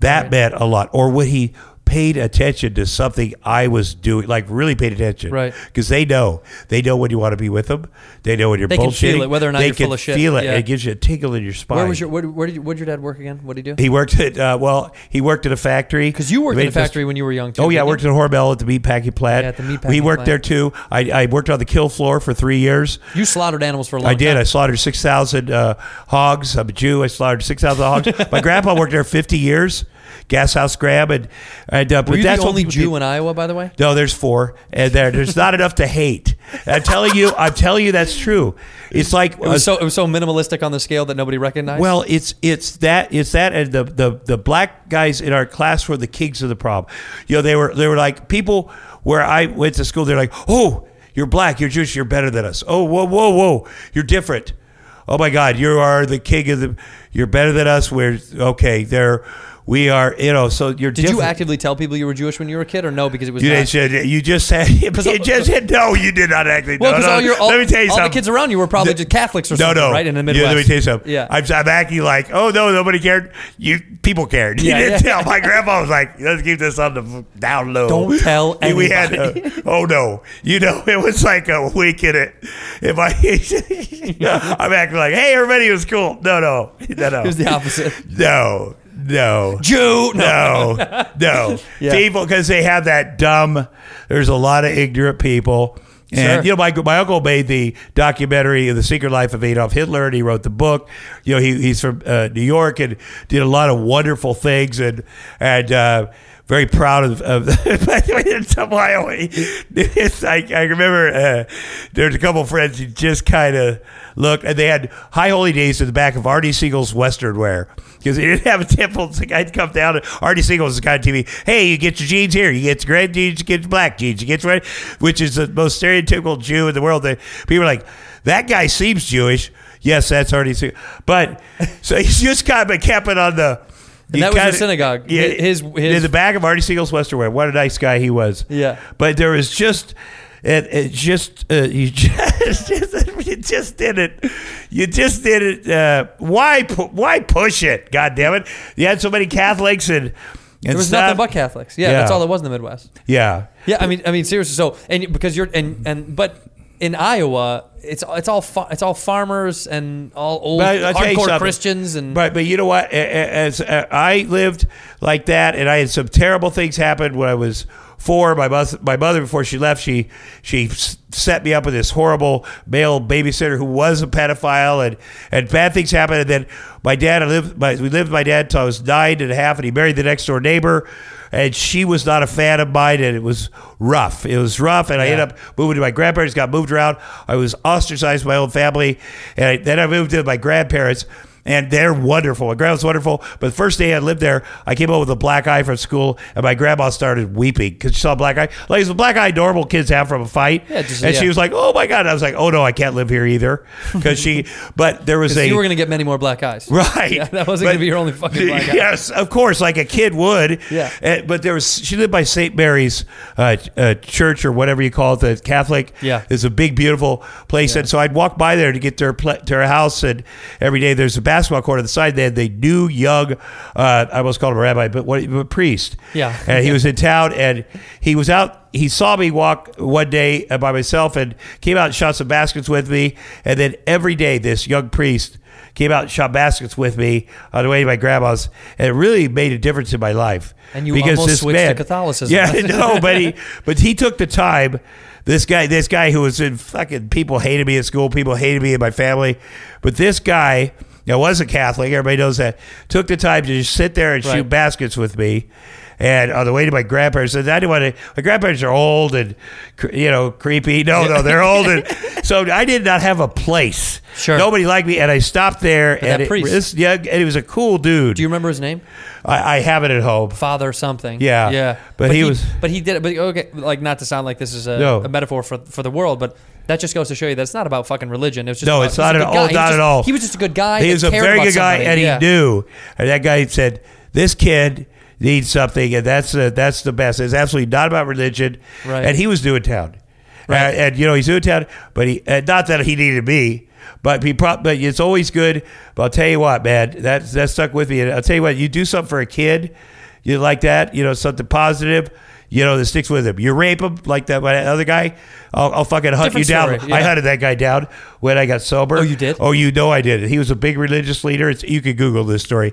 Speaker 9: That meant a lot. Or when he paid attention to something I was doing, like really paid attention.
Speaker 8: Right.
Speaker 9: Because they know. They know when you want to be with them. They know when you're
Speaker 8: They can
Speaker 9: bullshitting.
Speaker 8: feel it, whether or not
Speaker 9: They
Speaker 8: you're
Speaker 9: can
Speaker 8: full of shit.
Speaker 9: feel it.
Speaker 8: Yeah.
Speaker 9: And it gives you a tingle in your spine.
Speaker 8: Where was your, where, where did, you, where did your dad work again? What did he do?
Speaker 9: He worked at, uh, well, he worked at a factory.
Speaker 8: Because you worked
Speaker 9: Made
Speaker 8: in a
Speaker 9: this-
Speaker 8: factory when you were young too.
Speaker 9: Oh yeah, I
Speaker 8: didn't
Speaker 9: worked
Speaker 8: you?
Speaker 9: at Hormel at the meat packing plant.
Speaker 8: Yeah, at the meat
Speaker 9: We
Speaker 8: packing
Speaker 9: worked
Speaker 8: plant.
Speaker 9: there too. I, I worked on the kill floor for three years.
Speaker 8: You slaughtered animals for a long
Speaker 9: I did.
Speaker 8: time.
Speaker 9: I slaughtered six thousand uh, hogs. I'm a Jew. I slaughtered six thousand hogs. My grandpa worked there fifty years. Gas house grab and and uh,
Speaker 8: Were
Speaker 9: but
Speaker 8: you
Speaker 9: that's
Speaker 8: the
Speaker 9: what
Speaker 8: only
Speaker 9: people
Speaker 8: Jew
Speaker 9: did-
Speaker 8: in Iowa, by the way?
Speaker 9: no, there's four, and there, there's not enough to hate. I'm telling you, I'm telling you, that's true. It's like
Speaker 8: It was so it was so minimalistic on the scale that nobody recognized.
Speaker 9: Uh, Well, it's it's that it's that and the, the the black guys in our class were the kings of the problem. You know, they were they were like people where I went to school. They're like, oh, you're black, you're Jewish, you're better than us. Oh, whoa, whoa, whoa, you're different. Oh my God, you are the king of the. You're better than us. We're okay. There, we are. You know, so you're.
Speaker 8: did you
Speaker 9: different.
Speaker 8: actively tell people you were Jewish when you were a kid, or no? Because it was
Speaker 9: You
Speaker 8: not-
Speaker 9: didn't. say- You just said. You just said no. You did not actually.
Speaker 8: well,
Speaker 9: no,
Speaker 8: because
Speaker 9: no.
Speaker 8: all your all,
Speaker 9: Let me tell you
Speaker 8: all the
Speaker 9: something.
Speaker 8: kids around you were probably
Speaker 9: The-
Speaker 8: just Catholics or
Speaker 9: no,
Speaker 8: something,
Speaker 9: no,
Speaker 8: right? In the
Speaker 9: Yeah,
Speaker 8: Midwest.
Speaker 9: let me tell you something.
Speaker 8: Yeah,
Speaker 9: I'm, I'm acting like, oh no, nobody cared. You people cared. You
Speaker 8: Yeah,
Speaker 9: didn't
Speaker 8: yeah.
Speaker 9: tell. My grandpa was like, let's keep this on the f- down low.
Speaker 8: Don't tell
Speaker 9: And We had.
Speaker 8: anybody.
Speaker 9: uh, oh no, you know it was like a week in it. If I, I'm acting like, hey, everybody was cool. No, no, no, no.
Speaker 8: it was the opposite.
Speaker 9: No, no.
Speaker 8: Jew.
Speaker 9: No, no.
Speaker 8: Yeah.
Speaker 9: People, because they have that dumb, there's a lot of ignorant people. And,
Speaker 8: Sure.
Speaker 9: you know, my, my uncle made the documentary, The Secret Life of Adolf Hitler, and he wrote the book. You know, he, he's from uh, New York and did a lot of wonderful things and, and, uh, very proud of, of by the way, it's a while. It's like, I remember uh, there's a couple friends who just kind of looked, and they had High Holy Days in the back of Artie Siegel's Western wear because he didn't have a temple. So I'd come down and Artie Siegel was the guy on TV. Hey, you get your jeans here. You get your red jeans. You get your black jeans. You get your red, which is the most stereotypical Jew in the world. That people are like, that guy seems Jewish. Yes, that's Artie Siegel. But so he's just kind of a capping on the. you
Speaker 8: that was your
Speaker 9: kinda-
Speaker 8: synagogue.
Speaker 9: Yeah,
Speaker 8: His- his-
Speaker 9: in the back of Artie Siegel's Western wear. What a nice guy he was.
Speaker 8: Yeah.
Speaker 9: But there was just. It, it just uh, you just you just did it you just did it uh, why pu- why push it god damn it you had so many Catholics and, and
Speaker 8: There was nothing but Catholics. Yeah,
Speaker 9: Yeah.
Speaker 8: that's all it was in the Midwest.
Speaker 9: yeah
Speaker 8: Yeah, I mean, I mean, seriously. So, and because you're and and but in Iowa, it's it's all fa- it's all farmers and all old
Speaker 9: But I'll tell you
Speaker 8: hardcore
Speaker 9: something.
Speaker 8: Christians and
Speaker 9: but but you know what? A- a- As uh, I lived like that, and I had some terrible things happen when I was four. My mother, my mother, before she left, she she s- set me up with this horrible male babysitter who was a pedophile, and and bad things happened. And then my dad, I lived, my, we lived with my dad until I was nine and a half, and he married the next door neighbor. And she was not a fan of mine, and it was rough. It was rough, and I ended up moving to my grandparents. Got moved around. I was ostracized by my own family, and I, then I moved to my grandparents and they're wonderful. My grandma's wonderful. But the first day I lived there, I came home with a black eye from school, and my grandma started weeping because she saw a black eye. Like it's a black eye normal kids have from a fight.
Speaker 8: Yeah, just-
Speaker 9: and
Speaker 8: yeah.
Speaker 9: she was like, "Oh my god!" I was like, "Oh no, I can't live here either." Because she, but there was
Speaker 8: 'cause
Speaker 9: a
Speaker 8: you were gonna get many more black eyes.
Speaker 9: Right.
Speaker 8: Yeah, that wasn't
Speaker 9: But-
Speaker 8: gonna be your only fucking black eye.
Speaker 9: Yes, of course, like a kid would.
Speaker 8: Yeah.
Speaker 9: Uh, but there was she lived by St. Mary's uh, uh, church or whatever you call it, the Catholic.
Speaker 8: Yeah.
Speaker 9: It's a big, beautiful place, and so I'd walk by there to get to her pla to her house, and every day there's a basketball court on the side. They had the new young, uh, I almost called him a rabbi, but what a priest.
Speaker 8: Yeah.
Speaker 9: And he was in town, and he was out. He saw me walk one day uh, by myself, and came out and shot some baskets with me, and then every day this young priest came out and shot baskets with me on the way to my grandma's, and it really made a difference in my life.
Speaker 8: And you almost switched to Catholicism.
Speaker 9: Yeah, no, but he but he took the time. This guy, this guy who was in fucking people hated me at school, people hated me in my family, but this guy. I was a Catholic. Everybody knows that. Took the time to just sit there and shoot
Speaker 8: Right.
Speaker 9: baskets with me, and on the way to my grandparents, and I didn't want to. My grandparents are old and cr- you know creepy. No, no, they're old, and so I did not have a place.
Speaker 8: Sure.
Speaker 9: nobody liked me, and I stopped there.
Speaker 8: that
Speaker 9: and it-
Speaker 8: priest-
Speaker 9: this young, and he was a cool dude.
Speaker 8: Do you remember his name?
Speaker 9: I, I have it at home.
Speaker 8: Father something.
Speaker 9: Yeah.
Speaker 8: Yeah.
Speaker 9: But he was-
Speaker 8: But he did it. But okay, like not to sound like this is a,
Speaker 9: No.
Speaker 8: a metaphor for for the world, but. That just goes to show you that it's not about fucking religion. It was just
Speaker 9: No,
Speaker 8: about-
Speaker 9: it's
Speaker 8: he was
Speaker 9: not
Speaker 8: a
Speaker 9: at
Speaker 8: good
Speaker 9: all.
Speaker 8: guy. He was
Speaker 9: Not
Speaker 8: just-
Speaker 9: at all.
Speaker 8: He was just a good guy.
Speaker 9: He
Speaker 8: that
Speaker 9: was a
Speaker 8: cared
Speaker 9: very
Speaker 8: about
Speaker 9: good guy,
Speaker 8: somebody.
Speaker 9: and
Speaker 8: Yeah.
Speaker 9: he knew. And that guy said, "This kid needs something, and that's the that's the best. It's absolutely not about religion."
Speaker 8: Right.
Speaker 9: And he was new in town,
Speaker 8: Right.
Speaker 9: and, and, you know he's new in town, but he and not that he needed me. But he pro- but it's always good. But I'll tell you what, man, that that stuck with me. And I'll tell you what, you do something for a kid, you like that, you know, something positive, you know, that sticks with him. You rape him like that, that other guy. I'll, I'll fucking hunt
Speaker 8: Different
Speaker 9: you down.
Speaker 8: story,
Speaker 9: I
Speaker 8: yeah.
Speaker 9: hunted that guy down when I got sober.
Speaker 8: Oh, you did?
Speaker 9: Oh, you know I did. He was a big religious leader. It's, you could Google this story.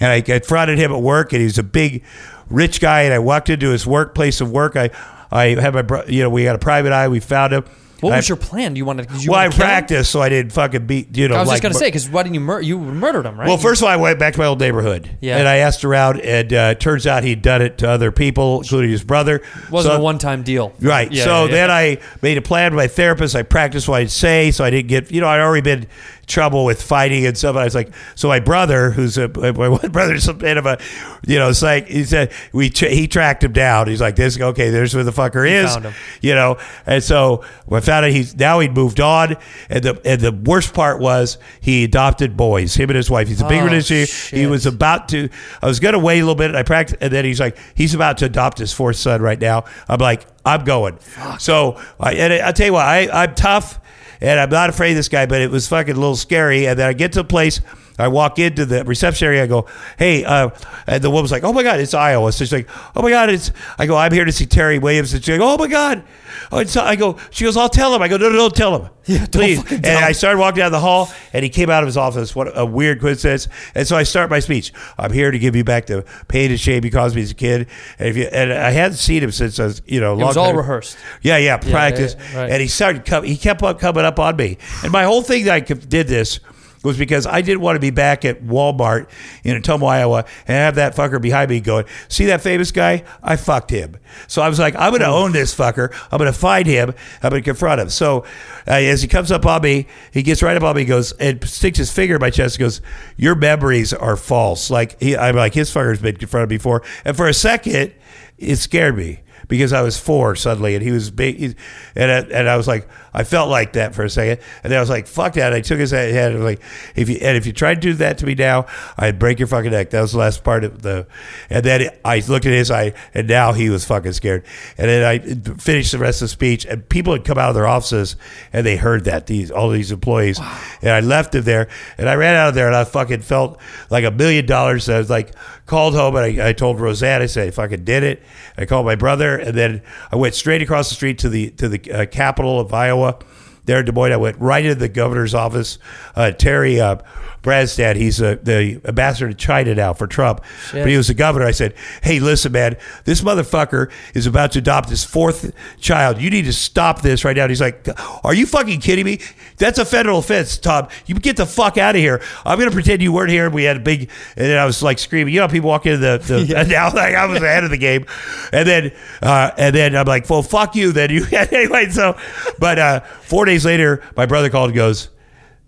Speaker 9: And I confronted him at work, and he was a big rich guy. And I walked into his workplace of work. I, I had my, bro- you know, we had a private eye. We found him.
Speaker 8: What
Speaker 9: I,
Speaker 8: was your plan? Do you want to? Did you
Speaker 9: well, I
Speaker 8: want to kill him?
Speaker 9: practiced, so I didn't fucking beat, you know.
Speaker 8: I was
Speaker 9: like,
Speaker 8: just gonna say because why didn't you murder? You murdered him, right?
Speaker 9: Well, first of all, I went back to my old neighborhood.
Speaker 8: Yeah.
Speaker 9: And I asked around, and uh, turns out he'd done it to other people, including his brother.
Speaker 8: it wasn't
Speaker 9: So-
Speaker 8: a one-time deal,
Speaker 9: Right.
Speaker 8: Yeah,
Speaker 9: so
Speaker 8: yeah, yeah.
Speaker 9: then I made a plan with my therapist. I practiced what I'd say, so I didn't get. You know, I'd already been in trouble with fighting and stuff. I was like, so my brother, who's a my one brother's a bit of a, you know, it's like he said we tra- he tracked him down. He's like, this okay, there's where the fucker is.
Speaker 8: found him.
Speaker 9: You know, and so I found out he's now he'd moved on, and the and the worst part was he adopted boys. Him and his wife. He's a big
Speaker 8: Oh,
Speaker 9: religious. He
Speaker 8: shit.
Speaker 9: was a about to. I was gonna wait a little bit. And I practiced, and then he's like, he's about to adopt his fourth son right now. I'm like, I'm going. So I, and I, will tell you what, I, I'm tough, and I'm not afraid of this guy, but it was fucking a little scary. And then I get to a place. I walk into the reception area. I go, "Hey," uh, and the woman's like, "Oh my God, it's Iowa." So she's like, "Oh my God, it's." I go, "I'm here to see Terry Williams," and she's like, "Oh my God." Oh, it's, I go, she goes, "I'll tell him." I go, "No, no, don't tell him, yeah, please."
Speaker 8: fucking
Speaker 9: And
Speaker 8: tell him.
Speaker 9: I started walking down the hall, and he came out of his office. What a weird coincidence! And so I start my speech. I'm here to give you back the pain and shame you caused me as a kid. And, if you, and I hadn't seen him since I was, you know,
Speaker 8: It was all rehearsed.
Speaker 9: Yeah, yeah,
Speaker 8: yeah,
Speaker 9: practice.
Speaker 8: right.
Speaker 9: And he started coming. He kept on coming up on me. And my whole thing that I could- did this was because I didn't want to be back at Walmart in Ottumwa, Iowa, and have that fucker behind me going, "See that famous guy? I fucked him." So I was like, "I'm going to own this fucker. I'm going to find him. I'm going to confront him." So uh, as he comes up on me, he gets right up on me, goes and sticks his finger in my chest, and goes, "Your memories are false." Like he, I'm like, his fucker's been confronted before, and for a second, it scared me because I was four suddenly, and he was big, he's- and I, and I was like, I felt like that for a second, and then I was like, fuck that. I took his head and I was like, if you and if you try to do that to me now, I'd break your fucking neck. That was the last part of the, and then I looked at his eye, and now he was fucking scared, and then I finished the rest of the speech, and people had come out of their offices, and they heard that these all these employees, and I left him there, and I ran out of there, and I fucking felt like a million dollars. I was like Called home and I, I told Roseanne, I said, I fucking did it. I called my brother and then I went straight across the street to the to the uh, capital of Iowa. There in Des Moines, I went right into the governor's office. Uh, Terry uh, Bradstad, he's uh, the ambassador to China now for Trump, but he was the governor. I said, "Hey, listen, man, this motherfucker is about to adopt his fourth child. You need to stop this right now." And he's like, "Are you fucking kidding me? That's a federal offense, Tom. You get the fuck out of here. I'm gonna pretend you weren't here." We had a big, and then I was like screaming. You know, how people walk into the, the and now like I was ahead of the game, and then uh, and then I'm like, "Well, fuck you." Then you anyway. So, but uh, four days later, my brother called and goes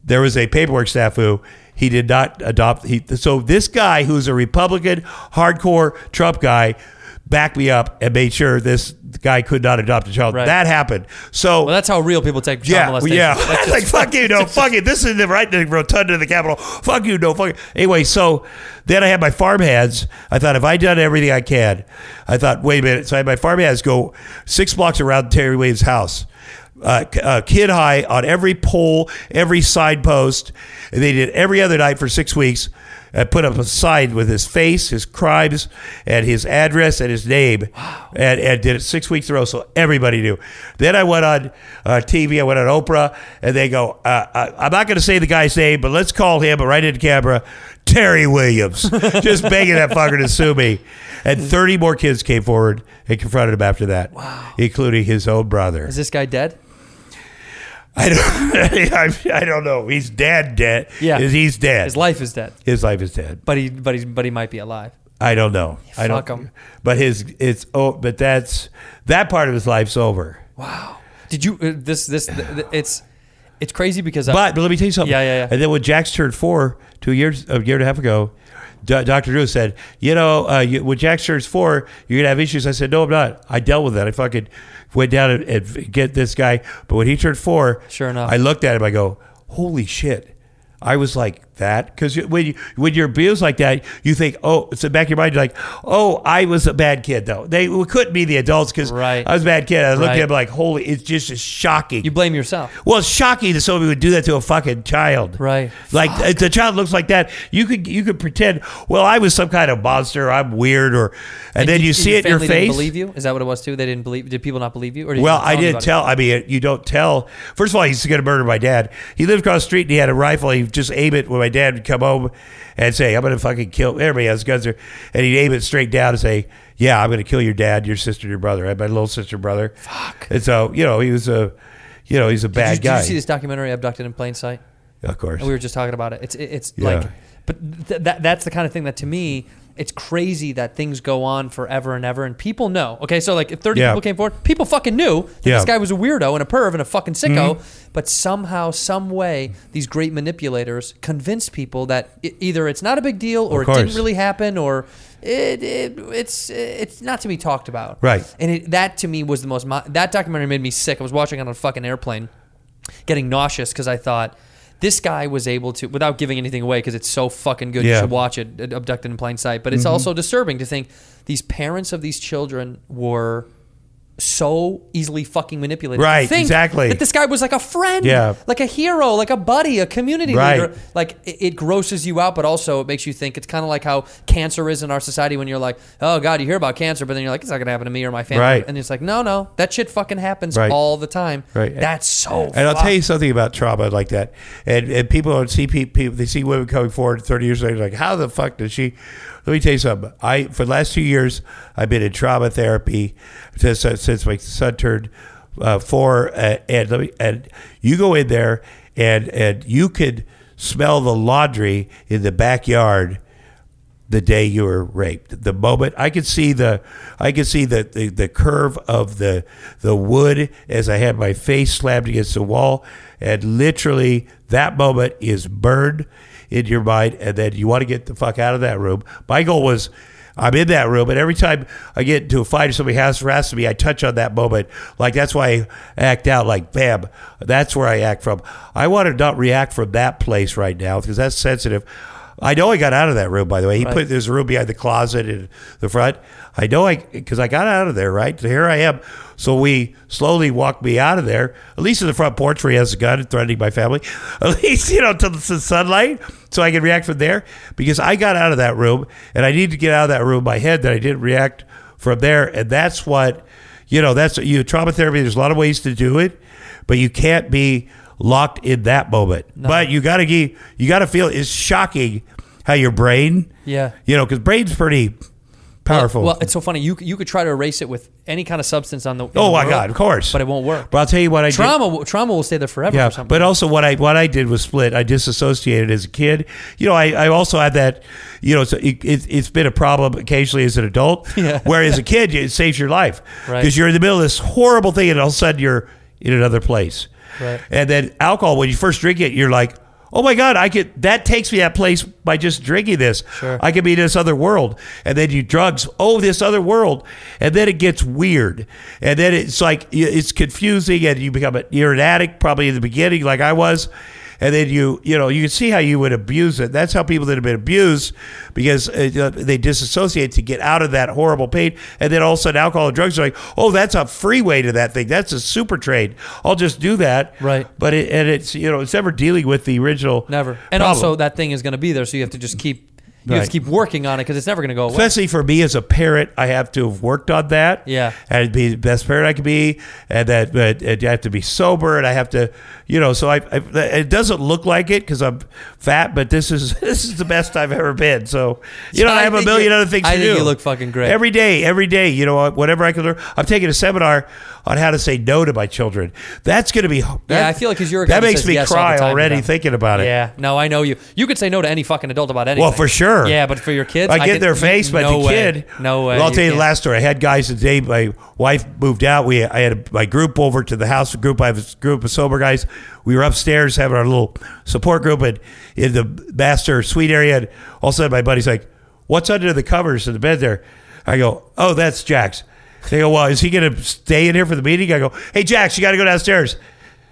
Speaker 9: there was a paperwork snafu. He did not adopt. He so this guy who's a Republican, hardcore Trump guy, backed me up and made sure this guy could not adopt a child.
Speaker 8: Right.
Speaker 9: That happened. So
Speaker 8: Well, that's how real people take child
Speaker 9: yeah, well,
Speaker 8: molestation.
Speaker 9: yeah.
Speaker 8: That's just-
Speaker 9: like fuck you, no, fuck it. This is the right the rotunda of the Capitol. Fuck you, no, fuck. It. Anyway, so then I had my farm hands. I thought if I done everything I can, I thought wait a minute. So I had my farm hands go six blocks around Terry Wade's house. Uh, k- uh, kid high on every pole, every side post. And they did every other night for six weeks. I uh, put up a sign with his face, his crimes, and his address and his name, and, and did it six weeks in a row, so everybody knew. Then I went on uh, TV, I went on Oprah, and they go, uh, I, I'm not going to say the guy's name, but let's call him right into camera, Terry Williams, just begging that fucker to sue me. And 30 more kids came forward and confronted him after that, wow. including his own brother.
Speaker 8: is this guy dead?
Speaker 9: I don't, I, I don't know. He's dead, dead.
Speaker 8: Yeah.
Speaker 9: He's- he's dead.
Speaker 8: His life is dead,
Speaker 9: His life is dead.
Speaker 8: but he but he but he might be alive.
Speaker 9: I don't know. I
Speaker 8: Fuck
Speaker 9: don't,
Speaker 8: 'em.
Speaker 9: But his it's oh, but that's that part of his life's over.
Speaker 8: Did you uh, this this th- th- it's it's crazy because uh, I-
Speaker 9: But, but let me tell you something.
Speaker 8: Yeah, yeah, yeah.
Speaker 9: And then when Jax turned four, two years a year and a half ago, Do- Dr. Drew said, "You know, uh, you, when Jax turns four, you're gonna have issues." I said, "No, I'm not. I dealt with that. I fucking went down and, and get this guy." But when he turned four,
Speaker 8: Sure enough.
Speaker 9: I looked at him. I go, "Holy shit." I was like that because when you, when you're abused like that, you think, oh, it's in the back of your mind, you're like, oh, I was a bad kid though. They we couldn't be the adults because
Speaker 8: Right.
Speaker 9: I was a bad kid. I looked
Speaker 8: Right.
Speaker 9: at him like, holy, it's just as shocking.
Speaker 8: you blame yourself.
Speaker 9: Well, it's shocking that somebody would do that to a fucking child.
Speaker 8: Right.
Speaker 9: Like if the child looks like that, you could you could pretend, well, I was some kind of monster, I'm weird or and, then
Speaker 8: did-
Speaker 9: you
Speaker 8: did
Speaker 9: see
Speaker 8: your
Speaker 9: it in your
Speaker 8: family didn't
Speaker 9: face.
Speaker 8: Believe you? Is that what it was too? They didn't believe. Did people not believe you? Or did you
Speaker 9: Well,
Speaker 8: not
Speaker 9: I
Speaker 8: them
Speaker 9: didn't
Speaker 8: about it?
Speaker 9: tell. I mean, you don't tell. First of all, he's going to murder my dad. He lived across the street and he had a rifle. He'd just aim it when my dad would come home and say, I'm going to fucking kill. Everybody has guns there. And he'd aim it straight down and say, Yeah, I'm going to kill your dad, your sister, your brother. I had my little sister, and brother. Fuck. And so, you know, he was a. You know he's a bad
Speaker 8: Did you,
Speaker 9: guy.
Speaker 8: Did you see this documentary, Abducted in Plain Sight?
Speaker 9: Of course.
Speaker 8: And we were just talking about it. It's it- it's
Speaker 9: Yeah.
Speaker 8: like, but th- that that's the kind of thing that to me, it's crazy that things go on forever and ever, and people know. Okay, so like if thirty
Speaker 9: Yeah.
Speaker 8: people came forward, people fucking knew that
Speaker 9: Yeah. Mm-hmm.
Speaker 8: this guy was a weirdo and a perv and a fucking sicko. But somehow, some way, these great manipulators convince people that i either it's not a big deal, or it
Speaker 9: course.
Speaker 8: didn't really happen, or it, it it's it's not to be talked about.
Speaker 9: Right.
Speaker 8: And it, that to me was the most. Mo- that documentary made me sick. I was watching it on a fucking airplane getting nauseous because I thought this guy was able to, without giving anything away, because it's so fucking good.
Speaker 9: Yeah.
Speaker 8: You
Speaker 9: Mm-hmm.
Speaker 8: should watch it, Ad- Abducted in Plain Sight. But it's also disturbing to think these parents of these children were so easily fucking manipulated. To
Speaker 9: Right,
Speaker 8: think
Speaker 9: exactly.
Speaker 8: That this guy was like a friend,
Speaker 9: Yeah.
Speaker 8: like a hero, like a buddy, a community
Speaker 9: Right.
Speaker 8: leader. Like it, it grosses you out, but also it makes you think. It's kind of like how cancer is in our society when you're like, oh god, you hear about cancer, but then you're like, it's not gonna happen to me or my family.
Speaker 9: Right.
Speaker 8: And it's like, no, no, that shit fucking happens
Speaker 9: Right.
Speaker 8: all the time.
Speaker 9: Right.
Speaker 8: That's so.
Speaker 9: And I'll tell
Speaker 8: fucked.
Speaker 9: you something about trauma like that. And, and people don't see pe- people, they see women coming forward 30 years later, like, how the fuck did she? Let me tell you something. I, for the last two years, I've been in trauma therapy since, since my son turned uh, four. Uh, and, let me, and you go in there and, and you could smell the laundry in the backyard the day you were raped. The moment I could see the I could see the, the, the curve of the the wood as I had my face slammed against the wall and literally that moment is burned in your mind and then you want to get the fuck out of that room. My goal was I'm in that room, and every time I get into a fight or somebody has harassed me, I touch on that moment. Like that's why I act out. Like bam, that's where I act from. I want to not react from that place right now because that's sensitive. I know I got out of that room, by the way. He put there's a room behind the closet in the front. I know I because I got out of there, right? So here I am. So we slowly walked me out of there. At least in the front porch where he has a gun and threatening my family. At least you know to the sunlight, so I can react from there. Because I got out of that room, and I need to get out of that room. in My head that I didn't react from there, and that's what you know. That's you trauma therapy. There's a lot of ways to do it, but you can't be locked in that moment. But you gotta ge- you gotta feel it's shocking how your brain,
Speaker 8: Yeah.
Speaker 9: you know, because brain's pretty powerful.
Speaker 8: Well, it's so funny. You c- you could try to erase it with any kind of substance on the. in
Speaker 9: oh
Speaker 8: the
Speaker 9: my
Speaker 8: world,
Speaker 9: god, of course,
Speaker 8: But it won't work.
Speaker 9: But I'll tell you what I did-
Speaker 8: trauma will- trauma will stay there forever.
Speaker 9: Yeah,
Speaker 8: or something.
Speaker 9: but also what I what I did was split. I disassociated as a kid. You know, I, I also had that. You know, so it, it, it's been a problem occasionally as an adult.
Speaker 8: Yeah.
Speaker 9: Where as a kid, it saves your life because
Speaker 8: Right.
Speaker 9: you're in the middle of this horrible thing, and all of a sudden you're in another place.
Speaker 8: Right.
Speaker 9: And then alcohol, when you first drink it, you're like, oh my god, I could that takes me that place by just drinking this.
Speaker 8: Sure.
Speaker 9: I could be in this other world. And then you drugs, oh this other world, and then it gets weird, and then it's like it's confusing, and you become a, you're an addict probably in the beginning, like I was. And then you, you know, you can see how you would abuse it. That's how people that have been abused, because uh, they disassociate to get out of that horrible pain. And then all of a sudden, alcohol and drugs are like, oh, that's a freeway to that thing. That's a super trade. I'll just do that.
Speaker 8: Right.
Speaker 9: But it, and it's you know it's never dealing with the original
Speaker 8: never. And
Speaker 9: problem.
Speaker 8: also that thing is going to be there, so you have to just keep you have
Speaker 9: Right.
Speaker 8: to keep working on it because it's never going to go away.
Speaker 9: Especially for me as a parent, I have to have worked on that.
Speaker 8: Yeah.
Speaker 9: and be the best parent I can be, and that but and I have to be sober, and I have to, you know. So I, I it doesn't look like it because I'm fat, but this is this is the best I've ever been. So you know,
Speaker 8: So
Speaker 9: I,
Speaker 8: I
Speaker 9: have a
Speaker 8: think
Speaker 9: million
Speaker 8: you-
Speaker 9: other things
Speaker 8: I
Speaker 9: to
Speaker 8: think
Speaker 9: do.
Speaker 8: you look fucking great.
Speaker 9: every day, every day. You know, whatever I can learn. I'm taking a seminar on how to say no to my children. That's going to be. Yeah,
Speaker 8: I feel like 'cause you're a
Speaker 9: that
Speaker 8: kid that
Speaker 9: makes
Speaker 8: says
Speaker 9: me
Speaker 8: yes all the
Speaker 9: cry
Speaker 8: time to
Speaker 9: already
Speaker 8: them.
Speaker 9: thinking about it.
Speaker 8: Yeah, no, I know you. You could say no to any fucking adult about anything.
Speaker 9: Well, for sure.
Speaker 8: Yeah, but for your kids,
Speaker 9: I get
Speaker 8: could-
Speaker 9: their face, but
Speaker 8: no
Speaker 9: the
Speaker 8: way.
Speaker 9: kid.
Speaker 8: no way.
Speaker 9: Well, I'll
Speaker 8: you
Speaker 9: tell you the
Speaker 8: can't.
Speaker 9: last story. I had guys the day my wife moved out. We I had my group over to the house. A group I have a group of sober guys. We were upstairs having our little support group, and in the master suite area, and all of a sudden my buddy's like, "What's under the covers in the bed there?" I go, "Oh, that's Jack's." They go, "Well, is he going to stay in here for the meeting?" I go, "Hey, Jax, you got to go downstairs."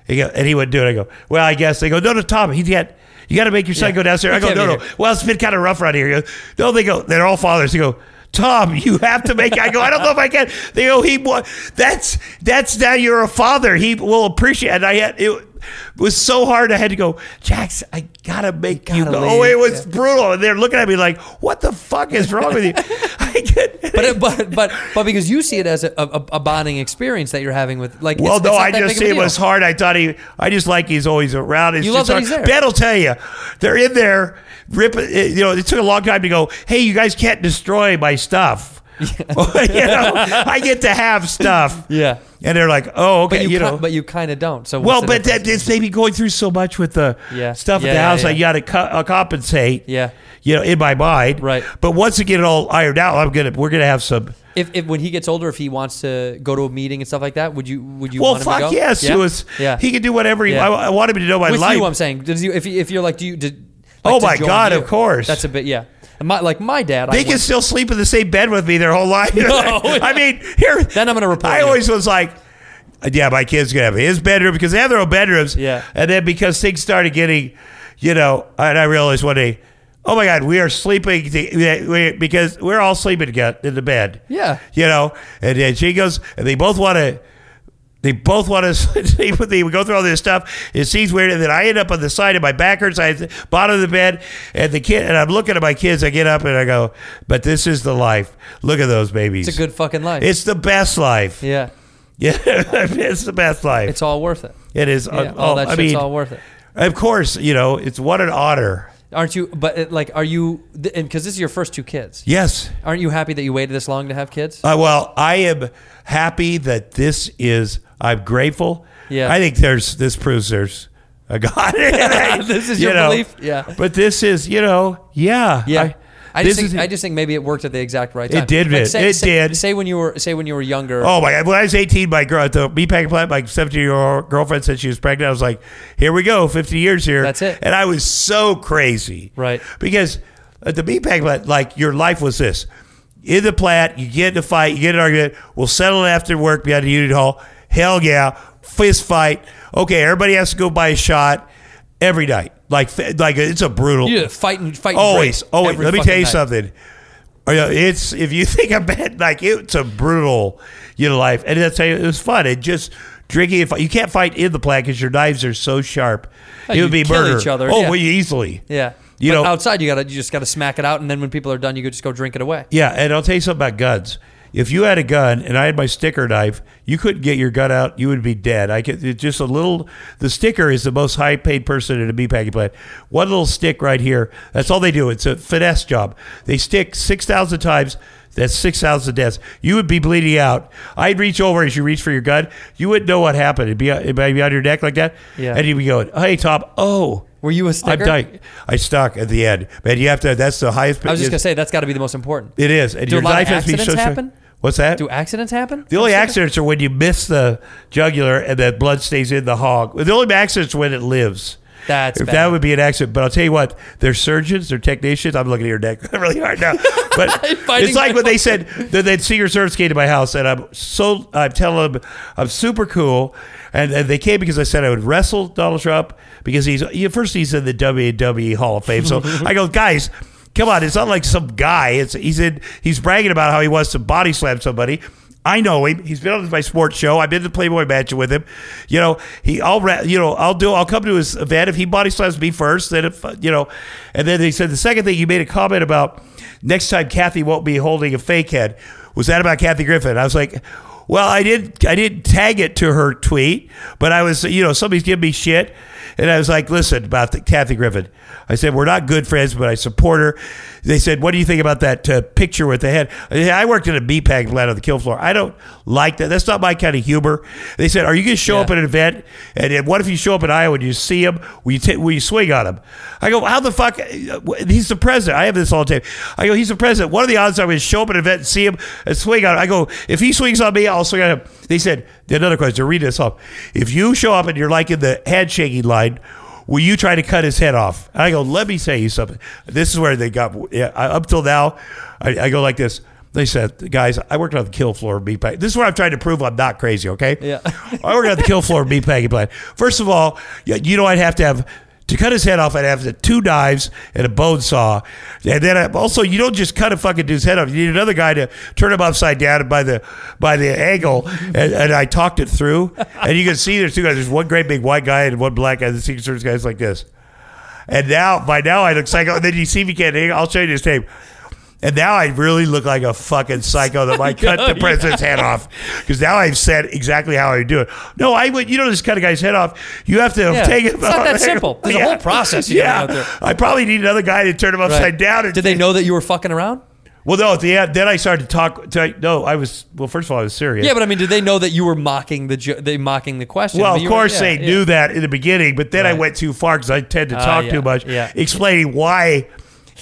Speaker 9: He go, and he wouldn't do it. I go, well, I guess. They go, no, no, Tom, he can't. You got to make your son go downstairs. I
Speaker 8: he
Speaker 9: go,
Speaker 8: can't
Speaker 9: no,
Speaker 8: be
Speaker 9: no.
Speaker 8: here."
Speaker 9: Well, it's been kind of rough around here. He goes, no, they go, they're all fathers. They go, Tom, you have to make. I go, I don't know if I can. They go, he. wa- That's that's now you're a father. He will appreciate. And I had it was so hard. I had to go, Jax. I gotta make you.
Speaker 8: gotta
Speaker 9: go. Oh,
Speaker 8: leave.
Speaker 9: it was brutal. And they're looking at me like, what the fuck is wrong with you? I get.
Speaker 8: But, it- but but but because you see it as a, a, a bonding experience that you're having with like.
Speaker 9: Well,
Speaker 8: it's,
Speaker 9: no,
Speaker 8: it's not
Speaker 9: I
Speaker 8: that
Speaker 9: just
Speaker 8: big of
Speaker 9: see
Speaker 8: a
Speaker 9: it
Speaker 8: deal.
Speaker 9: was hard. I thought he, I just like he's always around. It's
Speaker 8: You love
Speaker 9: just
Speaker 8: that
Speaker 9: hard.
Speaker 8: he's there.
Speaker 9: Ben will tell you, they're in there ripping. You know, it took a long time to go. Hey, you guys can't destroy my stuff. you know, I get to have stuff.
Speaker 8: Yeah.
Speaker 9: and they're like, oh, okay,
Speaker 8: But you,
Speaker 9: you, know.
Speaker 8: ki- but you kind of don't. So
Speaker 9: well,
Speaker 8: what's the
Speaker 9: but
Speaker 8: difference?
Speaker 9: that, it's maybe going through so much with the
Speaker 8: Yeah.
Speaker 9: stuff
Speaker 8: Yeah,
Speaker 9: at the
Speaker 8: yeah,
Speaker 9: house.
Speaker 8: yeah.
Speaker 9: I got to co- uh, compensate.
Speaker 8: Yeah.
Speaker 9: you know, in my mind,
Speaker 8: Right.
Speaker 9: But once it get it all ironed out, I'm gonna we're gonna have some.
Speaker 8: if, if when he gets older, if he wants to go to a meeting and stuff like that, would you would you?
Speaker 9: Well,
Speaker 8: want him to
Speaker 9: fuck
Speaker 8: go?
Speaker 9: yes,
Speaker 8: yeah?
Speaker 9: it was.
Speaker 8: Yeah,
Speaker 9: he can do whatever he.
Speaker 8: Yeah.
Speaker 9: I, I want him to know my
Speaker 8: with
Speaker 9: life.
Speaker 8: you. I'm saying, does you if you, if you're like, do you? Did, like,
Speaker 9: Oh
Speaker 8: to
Speaker 9: my
Speaker 8: join
Speaker 9: God,
Speaker 8: you?
Speaker 9: of course.
Speaker 8: That's a bit. Yeah, And my, like my dad. I
Speaker 9: They
Speaker 8: went-
Speaker 9: can still sleep in the same bed with me their whole life. I mean, here.
Speaker 8: Then I'm gonna report
Speaker 9: I
Speaker 8: you.
Speaker 9: always was like, uh, yeah, my kid's gonna have his bedroom because they have their own bedrooms.
Speaker 8: Yeah.
Speaker 9: And then because things started getting, you know, and I realized one day, oh my God, we are sleeping to, we, because we're all sleeping together in the bed.
Speaker 8: Yeah.
Speaker 9: You know, and then she goes, and they both want to. They both want to sleep with me. We go through all this stuff. It seems weird. And then I end up on the side of my back hurts. I bottom of the bed, and the kid. And I'm looking at my kids. I get up and I go, "But this is the life. Look at those babies.
Speaker 8: It's a good fucking life.
Speaker 9: It's the best life.
Speaker 8: yeah,
Speaker 9: Yeah, it's the best life.
Speaker 8: it's all worth it.
Speaker 9: it is. oh,
Speaker 8: Yeah, all that
Speaker 9: Uh, I
Speaker 8: shit's
Speaker 9: mean,
Speaker 8: all worth it.
Speaker 9: Of course, you know it's what an honor.
Speaker 8: Aren't you? But it, like, are you? th- And because this is your first two kids,
Speaker 9: Yes.
Speaker 8: aren't you happy that you waited this long to have kids?
Speaker 9: Uh, well, I am happy that this is. I'm grateful.
Speaker 8: Yeah.
Speaker 9: I think there's this proves there's a God.
Speaker 8: This is
Speaker 9: You
Speaker 8: your
Speaker 9: know,
Speaker 8: belief? Yeah.
Speaker 9: But this is you know yeah
Speaker 8: yeah.
Speaker 9: I,
Speaker 8: I, just
Speaker 9: this
Speaker 8: think,
Speaker 9: is-
Speaker 8: I just think maybe it worked at the exact right
Speaker 9: It
Speaker 8: time.
Speaker 9: did,
Speaker 8: Like,
Speaker 9: Vin.
Speaker 8: say,
Speaker 9: It
Speaker 8: say-
Speaker 9: did.
Speaker 8: Say when you were say when you were younger.
Speaker 9: Oh my God! When I was 18, my girl, at the meatpacking plant, my 17 year old girlfriend said she was pregnant. I was like, "Here we go, 50 years here."
Speaker 8: That's it.
Speaker 9: And I was so crazy,
Speaker 8: Right.
Speaker 9: Because at the meatpacking plant, like your life was this: in the plant, you get in a fight, you get in an argument, we'll settle it after work behind the union hall. Hell yeah, fist fight. Okay, everybody has to go buy a shot. every night. Like like it's a brutal.
Speaker 8: You fighting, fighting.
Speaker 9: always,
Speaker 8: great
Speaker 9: always.
Speaker 8: every
Speaker 9: Let me
Speaker 8: fucking
Speaker 9: tell you
Speaker 8: night.
Speaker 9: something. Or, you know, It's if you think about it, like it's a brutal you know life, and that's it was fun. It just drinking. and fi- You can't fight in the plant because your knives are so sharp.
Speaker 8: Oh,
Speaker 9: it
Speaker 8: you'd
Speaker 9: would be
Speaker 8: kill
Speaker 9: murder.
Speaker 8: each other,
Speaker 9: Oh,
Speaker 8: yeah.
Speaker 9: well, you easily.
Speaker 8: Yeah.
Speaker 9: You
Speaker 8: But
Speaker 9: know-
Speaker 8: outside you gotta you just gotta smack it out, and then when people are done, you could just go drink it away.
Speaker 9: Yeah, and I'll tell you something about guns. If you had a gun and I had my sticker knife, you couldn't get your gun out. You would be dead. I could it's just a little. The sticker is the most high paid person in a meatpacking plant. One little stick right here. That's all they do. It's a finesse job. They stick six thousand times. That's six thousand deaths. You would be bleeding out. I'd reach over as you reach for your gun. You wouldn't know what happened. It'd be it'd be on your neck like that.
Speaker 8: Yeah.
Speaker 9: And you'd be going, "Hey, Tom. Oh,
Speaker 8: Were you a sticker?
Speaker 9: I'm dyke. I stuck at the end, man. You have to. That's the highest.
Speaker 8: I was just gonna say that's got to be the most important.
Speaker 9: It is. And
Speaker 8: Do
Speaker 9: your
Speaker 8: a lot of
Speaker 9: knife has to be so
Speaker 8: accidents
Speaker 9: sharp.
Speaker 8: happen?
Speaker 9: What's that?
Speaker 8: Do accidents happen?
Speaker 9: the only accidents are when you miss the jugular and that blood stays in the hog. The only accidents when it lives.
Speaker 8: That's
Speaker 9: if
Speaker 8: bad.
Speaker 9: that would be an accident, but I'll tell you what, they're surgeons, they're technicians. I'm looking at your neck really hard now, but
Speaker 8: Fighting
Speaker 9: it's like when they said that they'd see your service came to my house, and I'm so I'm telling them I'm super cool, and, and they came because I said I would wrestle Donald Trump because he's you know, first he's in the WWE Hall of Fame, so I go guys. Come on, it's not like some guy. It's he's in he's bragging about how he wants to body slam somebody. I know him. He's been on my sports show. I've been to the Playboy Mansion with him. You know, he. I'll. Ra- you know, I'll do. I'll come to his event if he body slams me first. Then if you know, and then they said the second thing you made a comment about next time Kathy won't be holding a fake head. Was that about Kathy Griffin? I was like, well, I didn't. I didn't tag it to her tweet, but I was. You know, somebody's giving me shit, and I was like, listen about the Kathy Griffin. I said we're not good friends, but I support her. They said, what do you think about that uh, picture with the head? I said, I worked in a meat packing plant on the kill floor. I don't like that. That's not my kind of humor. They said, are you going to show
Speaker 8: Yeah.
Speaker 9: up at an event? And, then what if you show up in Iowa and you see him? Will you, ta- will you swing on him? I go, how the fuck? uh, He's the president. I have this all tape. I go, he's the president. What are the odds I'm going to show up at an event and see him and swing on him? I go, if he swings on me, I'll swing on him. They said, another question, read this off. If you show up and you're like in the handshaking line, will you try to cut his head off? And I go, let me tell you something. This is where they got yeah, I, up till now. I, I go like this. They said, guys, I worked on the kill floor of meat pack. This is where I'm trying to prove I'm not crazy, okay?
Speaker 8: Yeah.
Speaker 9: I worked on the kill floor of meat packing plant. First of all, y- you know, I'd have to have. To cut his head off, I'd have to two knives and a bone saw, and then I, also you don't just cut a fucking dude's head off. You need another guy to turn him upside down and by the by the angle. And, and I talked it through, and you can see there's two guys. There's one great big white guy and one black guy. The Secret Service guy's like this. And now, by now, I look psycho. And then you see me can't hang. I'll show you this tape. And now I really look like a fucking psycho that might cut the president's head off because now I've said exactly how I would do it. No, I would. You don't just cut a guy's head off. You have to
Speaker 8: Yeah,
Speaker 9: take it.
Speaker 8: it's not that simple. There's a whole process you gotta
Speaker 9: yeah,
Speaker 8: go through.
Speaker 9: I probably need another guy to turn him
Speaker 8: Right.
Speaker 9: upside down. And
Speaker 8: Did they know that you were fucking around?
Speaker 9: Well, no. At the end, then I started to talk. To, no, I was. Well, first of all, I was serious.
Speaker 8: Yeah, but I mean, did they know that you were mocking the jo- they mocking the question?
Speaker 9: Well,
Speaker 8: But
Speaker 9: of
Speaker 8: you were-
Speaker 9: course
Speaker 8: yeah,
Speaker 9: they
Speaker 8: yeah.
Speaker 9: knew that in the beginning, but then I
Speaker 8: Right.
Speaker 9: went too far because I tend to
Speaker 8: Ah,
Speaker 9: talk
Speaker 8: yeah,
Speaker 9: too much,
Speaker 8: yeah.
Speaker 9: explaining why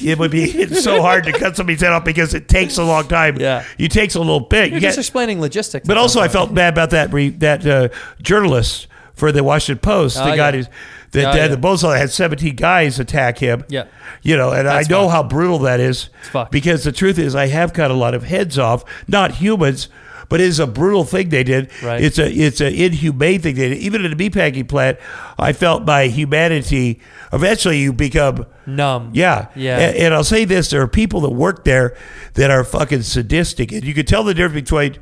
Speaker 9: it would be it's so hard to cut somebody's head off because it takes a long time.
Speaker 8: Yeah.
Speaker 9: it takes a little bit.
Speaker 8: You're
Speaker 9: You
Speaker 8: just
Speaker 9: got-
Speaker 8: explaining logistics.
Speaker 9: but
Speaker 8: at
Speaker 9: also,
Speaker 8: some
Speaker 9: I
Speaker 8: point.
Speaker 9: felt bad about that re, that uh, journalist for the Washington Post.
Speaker 8: Oh,
Speaker 9: the guy
Speaker 8: yeah.
Speaker 9: who's- that
Speaker 8: Oh,
Speaker 9: that
Speaker 8: yeah.
Speaker 9: the Bozo had seventeen guys attack him.
Speaker 8: Yeah.
Speaker 9: you know, and
Speaker 8: That's
Speaker 9: I know
Speaker 8: fucked.
Speaker 9: how brutal that is
Speaker 8: fucked.
Speaker 9: because the truth is, I have cut a lot of heads off, not humans. But it is a brutal thing they did.
Speaker 8: Right.
Speaker 9: It's a it's an inhumane thing they did. Even in the meatpacking plant, I felt my humanity. Eventually, you become
Speaker 8: numb.
Speaker 9: yeah.
Speaker 8: yeah.
Speaker 9: And, and I'll say this there are people that work there that are fucking sadistic. And you can tell the difference between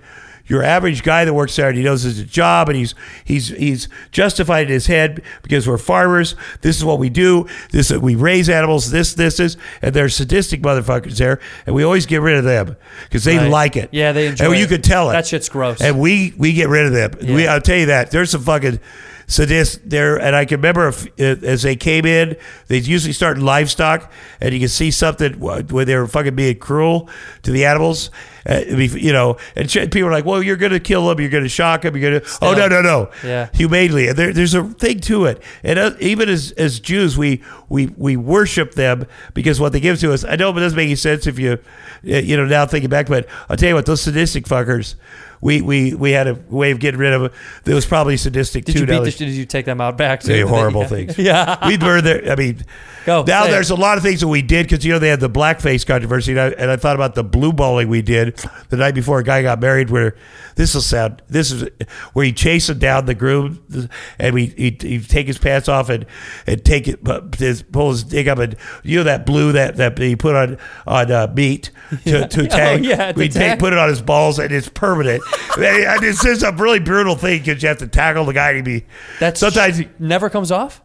Speaker 9: your average guy that works there and he knows it's a job and he's he's he's justified in his head because we're farmers. This is what we do. This we raise animals. This this is and they're sadistic motherfuckers there and we always get rid of them because they
Speaker 8: Right.
Speaker 9: like it.
Speaker 8: Yeah, they enjoy
Speaker 9: And you
Speaker 8: it.
Speaker 9: could tell it.
Speaker 8: That shit's gross.
Speaker 9: And we we get rid of them. We,
Speaker 8: Yeah.
Speaker 9: I'll tell you that there's some fucking sadists there, and I can remember if, as they came in, they usually start in livestock, and you can see something wh- where they were fucking being cruel to the animals. Uh, it'd be- you know, and shit, people are like, "Well, you're gonna kill them. You're gonna shock them. You're gonna." Oh no, no, no.
Speaker 8: Yeah.
Speaker 9: Humanely, and there, there's a thing to it, and uh, even as as Jews, we we we worship them because what they give to us. I know it doesn't make any sense if you, uh, you know, now thinking back, but I'll tell you what, those sadistic fuckers we we we had a way of getting rid of it that was probably sadistic
Speaker 8: Did
Speaker 9: too.
Speaker 8: you beat
Speaker 9: Now
Speaker 8: the,
Speaker 9: there's-
Speaker 8: Did you take them out back?
Speaker 9: They horrible
Speaker 8: Yeah.
Speaker 9: things.
Speaker 8: Yeah.
Speaker 9: we were there. I mean,
Speaker 8: Go,
Speaker 9: now
Speaker 8: say it.
Speaker 9: there's a lot of things that we did because you know they had the blackface controversy, and I, and I thought about the blue balling we did the night before a guy got married. Where this will sound, this is where he chasing down the groom, and we he he take his pants off and and take it, but his pull his dick up, and you know that blue that that he put on on uh, meat to, to tag.
Speaker 8: Oh, yeah, to
Speaker 9: we take
Speaker 8: tag.
Speaker 9: put it on his balls, and it's permanent. and it's just a really brutal thing because you have to tackle the guy to be.
Speaker 8: That's
Speaker 9: sometimes.
Speaker 8: never comes off.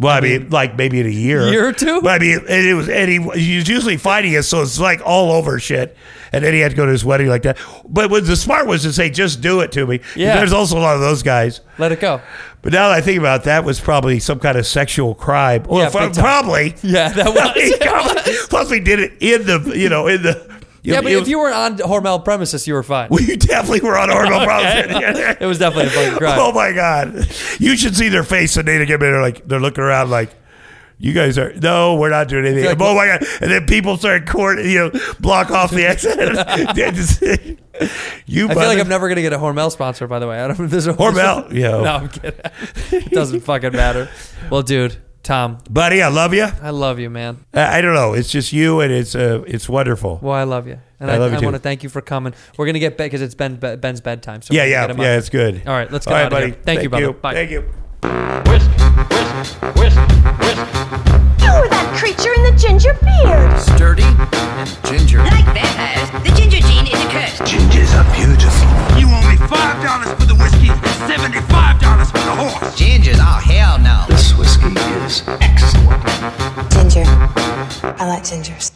Speaker 9: Well, I mean, like maybe in a year,
Speaker 8: Year or two?
Speaker 9: But I mean, and it was and he, he was usually fighting us, so it's like all over shit. And then he had to go to his wedding like that. But what the smart was to say, just do it to me. 'Cause
Speaker 8: Yeah.
Speaker 9: There's also a lot of those guys.
Speaker 8: Let it go.
Speaker 9: But now that I think about it, that, was probably some kind of sexual crime. Well,
Speaker 8: Yeah,
Speaker 9: if I-
Speaker 8: big time.
Speaker 9: probably.
Speaker 8: Yeah, that was- it was.
Speaker 9: Plus, we did it in the you know in the. you
Speaker 8: Yeah,
Speaker 9: know,
Speaker 8: but
Speaker 9: it
Speaker 8: if
Speaker 9: was-
Speaker 8: you weren't on Hormel premises, you were fine.
Speaker 9: we definitely were on Orville Brown.
Speaker 8: It was definitely a fucking crime.
Speaker 9: Oh my god, you should see their face when they get They're like they're looking around like. You guys are no, we're not doing anything.
Speaker 8: It's like-
Speaker 9: oh my god! And then people start court, you know, block off the exit. They just- you,
Speaker 8: I feel like I'm never gonna get a Hormel sponsor. By the way, I don't know if there's a
Speaker 9: Hormel, yo.
Speaker 8: No, I'm kidding. It doesn't fucking matter. Well, dude, Tom,
Speaker 9: buddy. I love you.
Speaker 8: I love you, man.
Speaker 9: I, I don't know. It's just you, and it's uh, it's wonderful.
Speaker 8: Well, I love you, and
Speaker 9: I
Speaker 8: I,
Speaker 9: love you
Speaker 8: I
Speaker 9: too.
Speaker 8: want to thank you for coming. We're gonna get because it's Ben Ben's bedtime. So
Speaker 9: yeah,
Speaker 8: we're gonna
Speaker 9: yeah,
Speaker 8: get him
Speaker 9: yeah.
Speaker 8: up.
Speaker 9: It's good.
Speaker 8: All right, let's get
Speaker 9: All right,
Speaker 8: out of
Speaker 9: buddy.
Speaker 8: here. Thank, you, brother. Bye.
Speaker 9: Thank you.
Speaker 1: Whisk, whisk, whisk, whisk.
Speaker 2: You were that creature in the ginger beard.
Speaker 3: Sturdy and ginger.
Speaker 4: Like vampires, the ginger gene is a curse.
Speaker 5: Gingers are beautiful.
Speaker 6: You owe me five dollars for the whiskey and seventy-five dollars for the horse.
Speaker 3: Gingers, oh hell no.
Speaker 5: This whiskey is excellent.
Speaker 7: Ginger. I like gingers.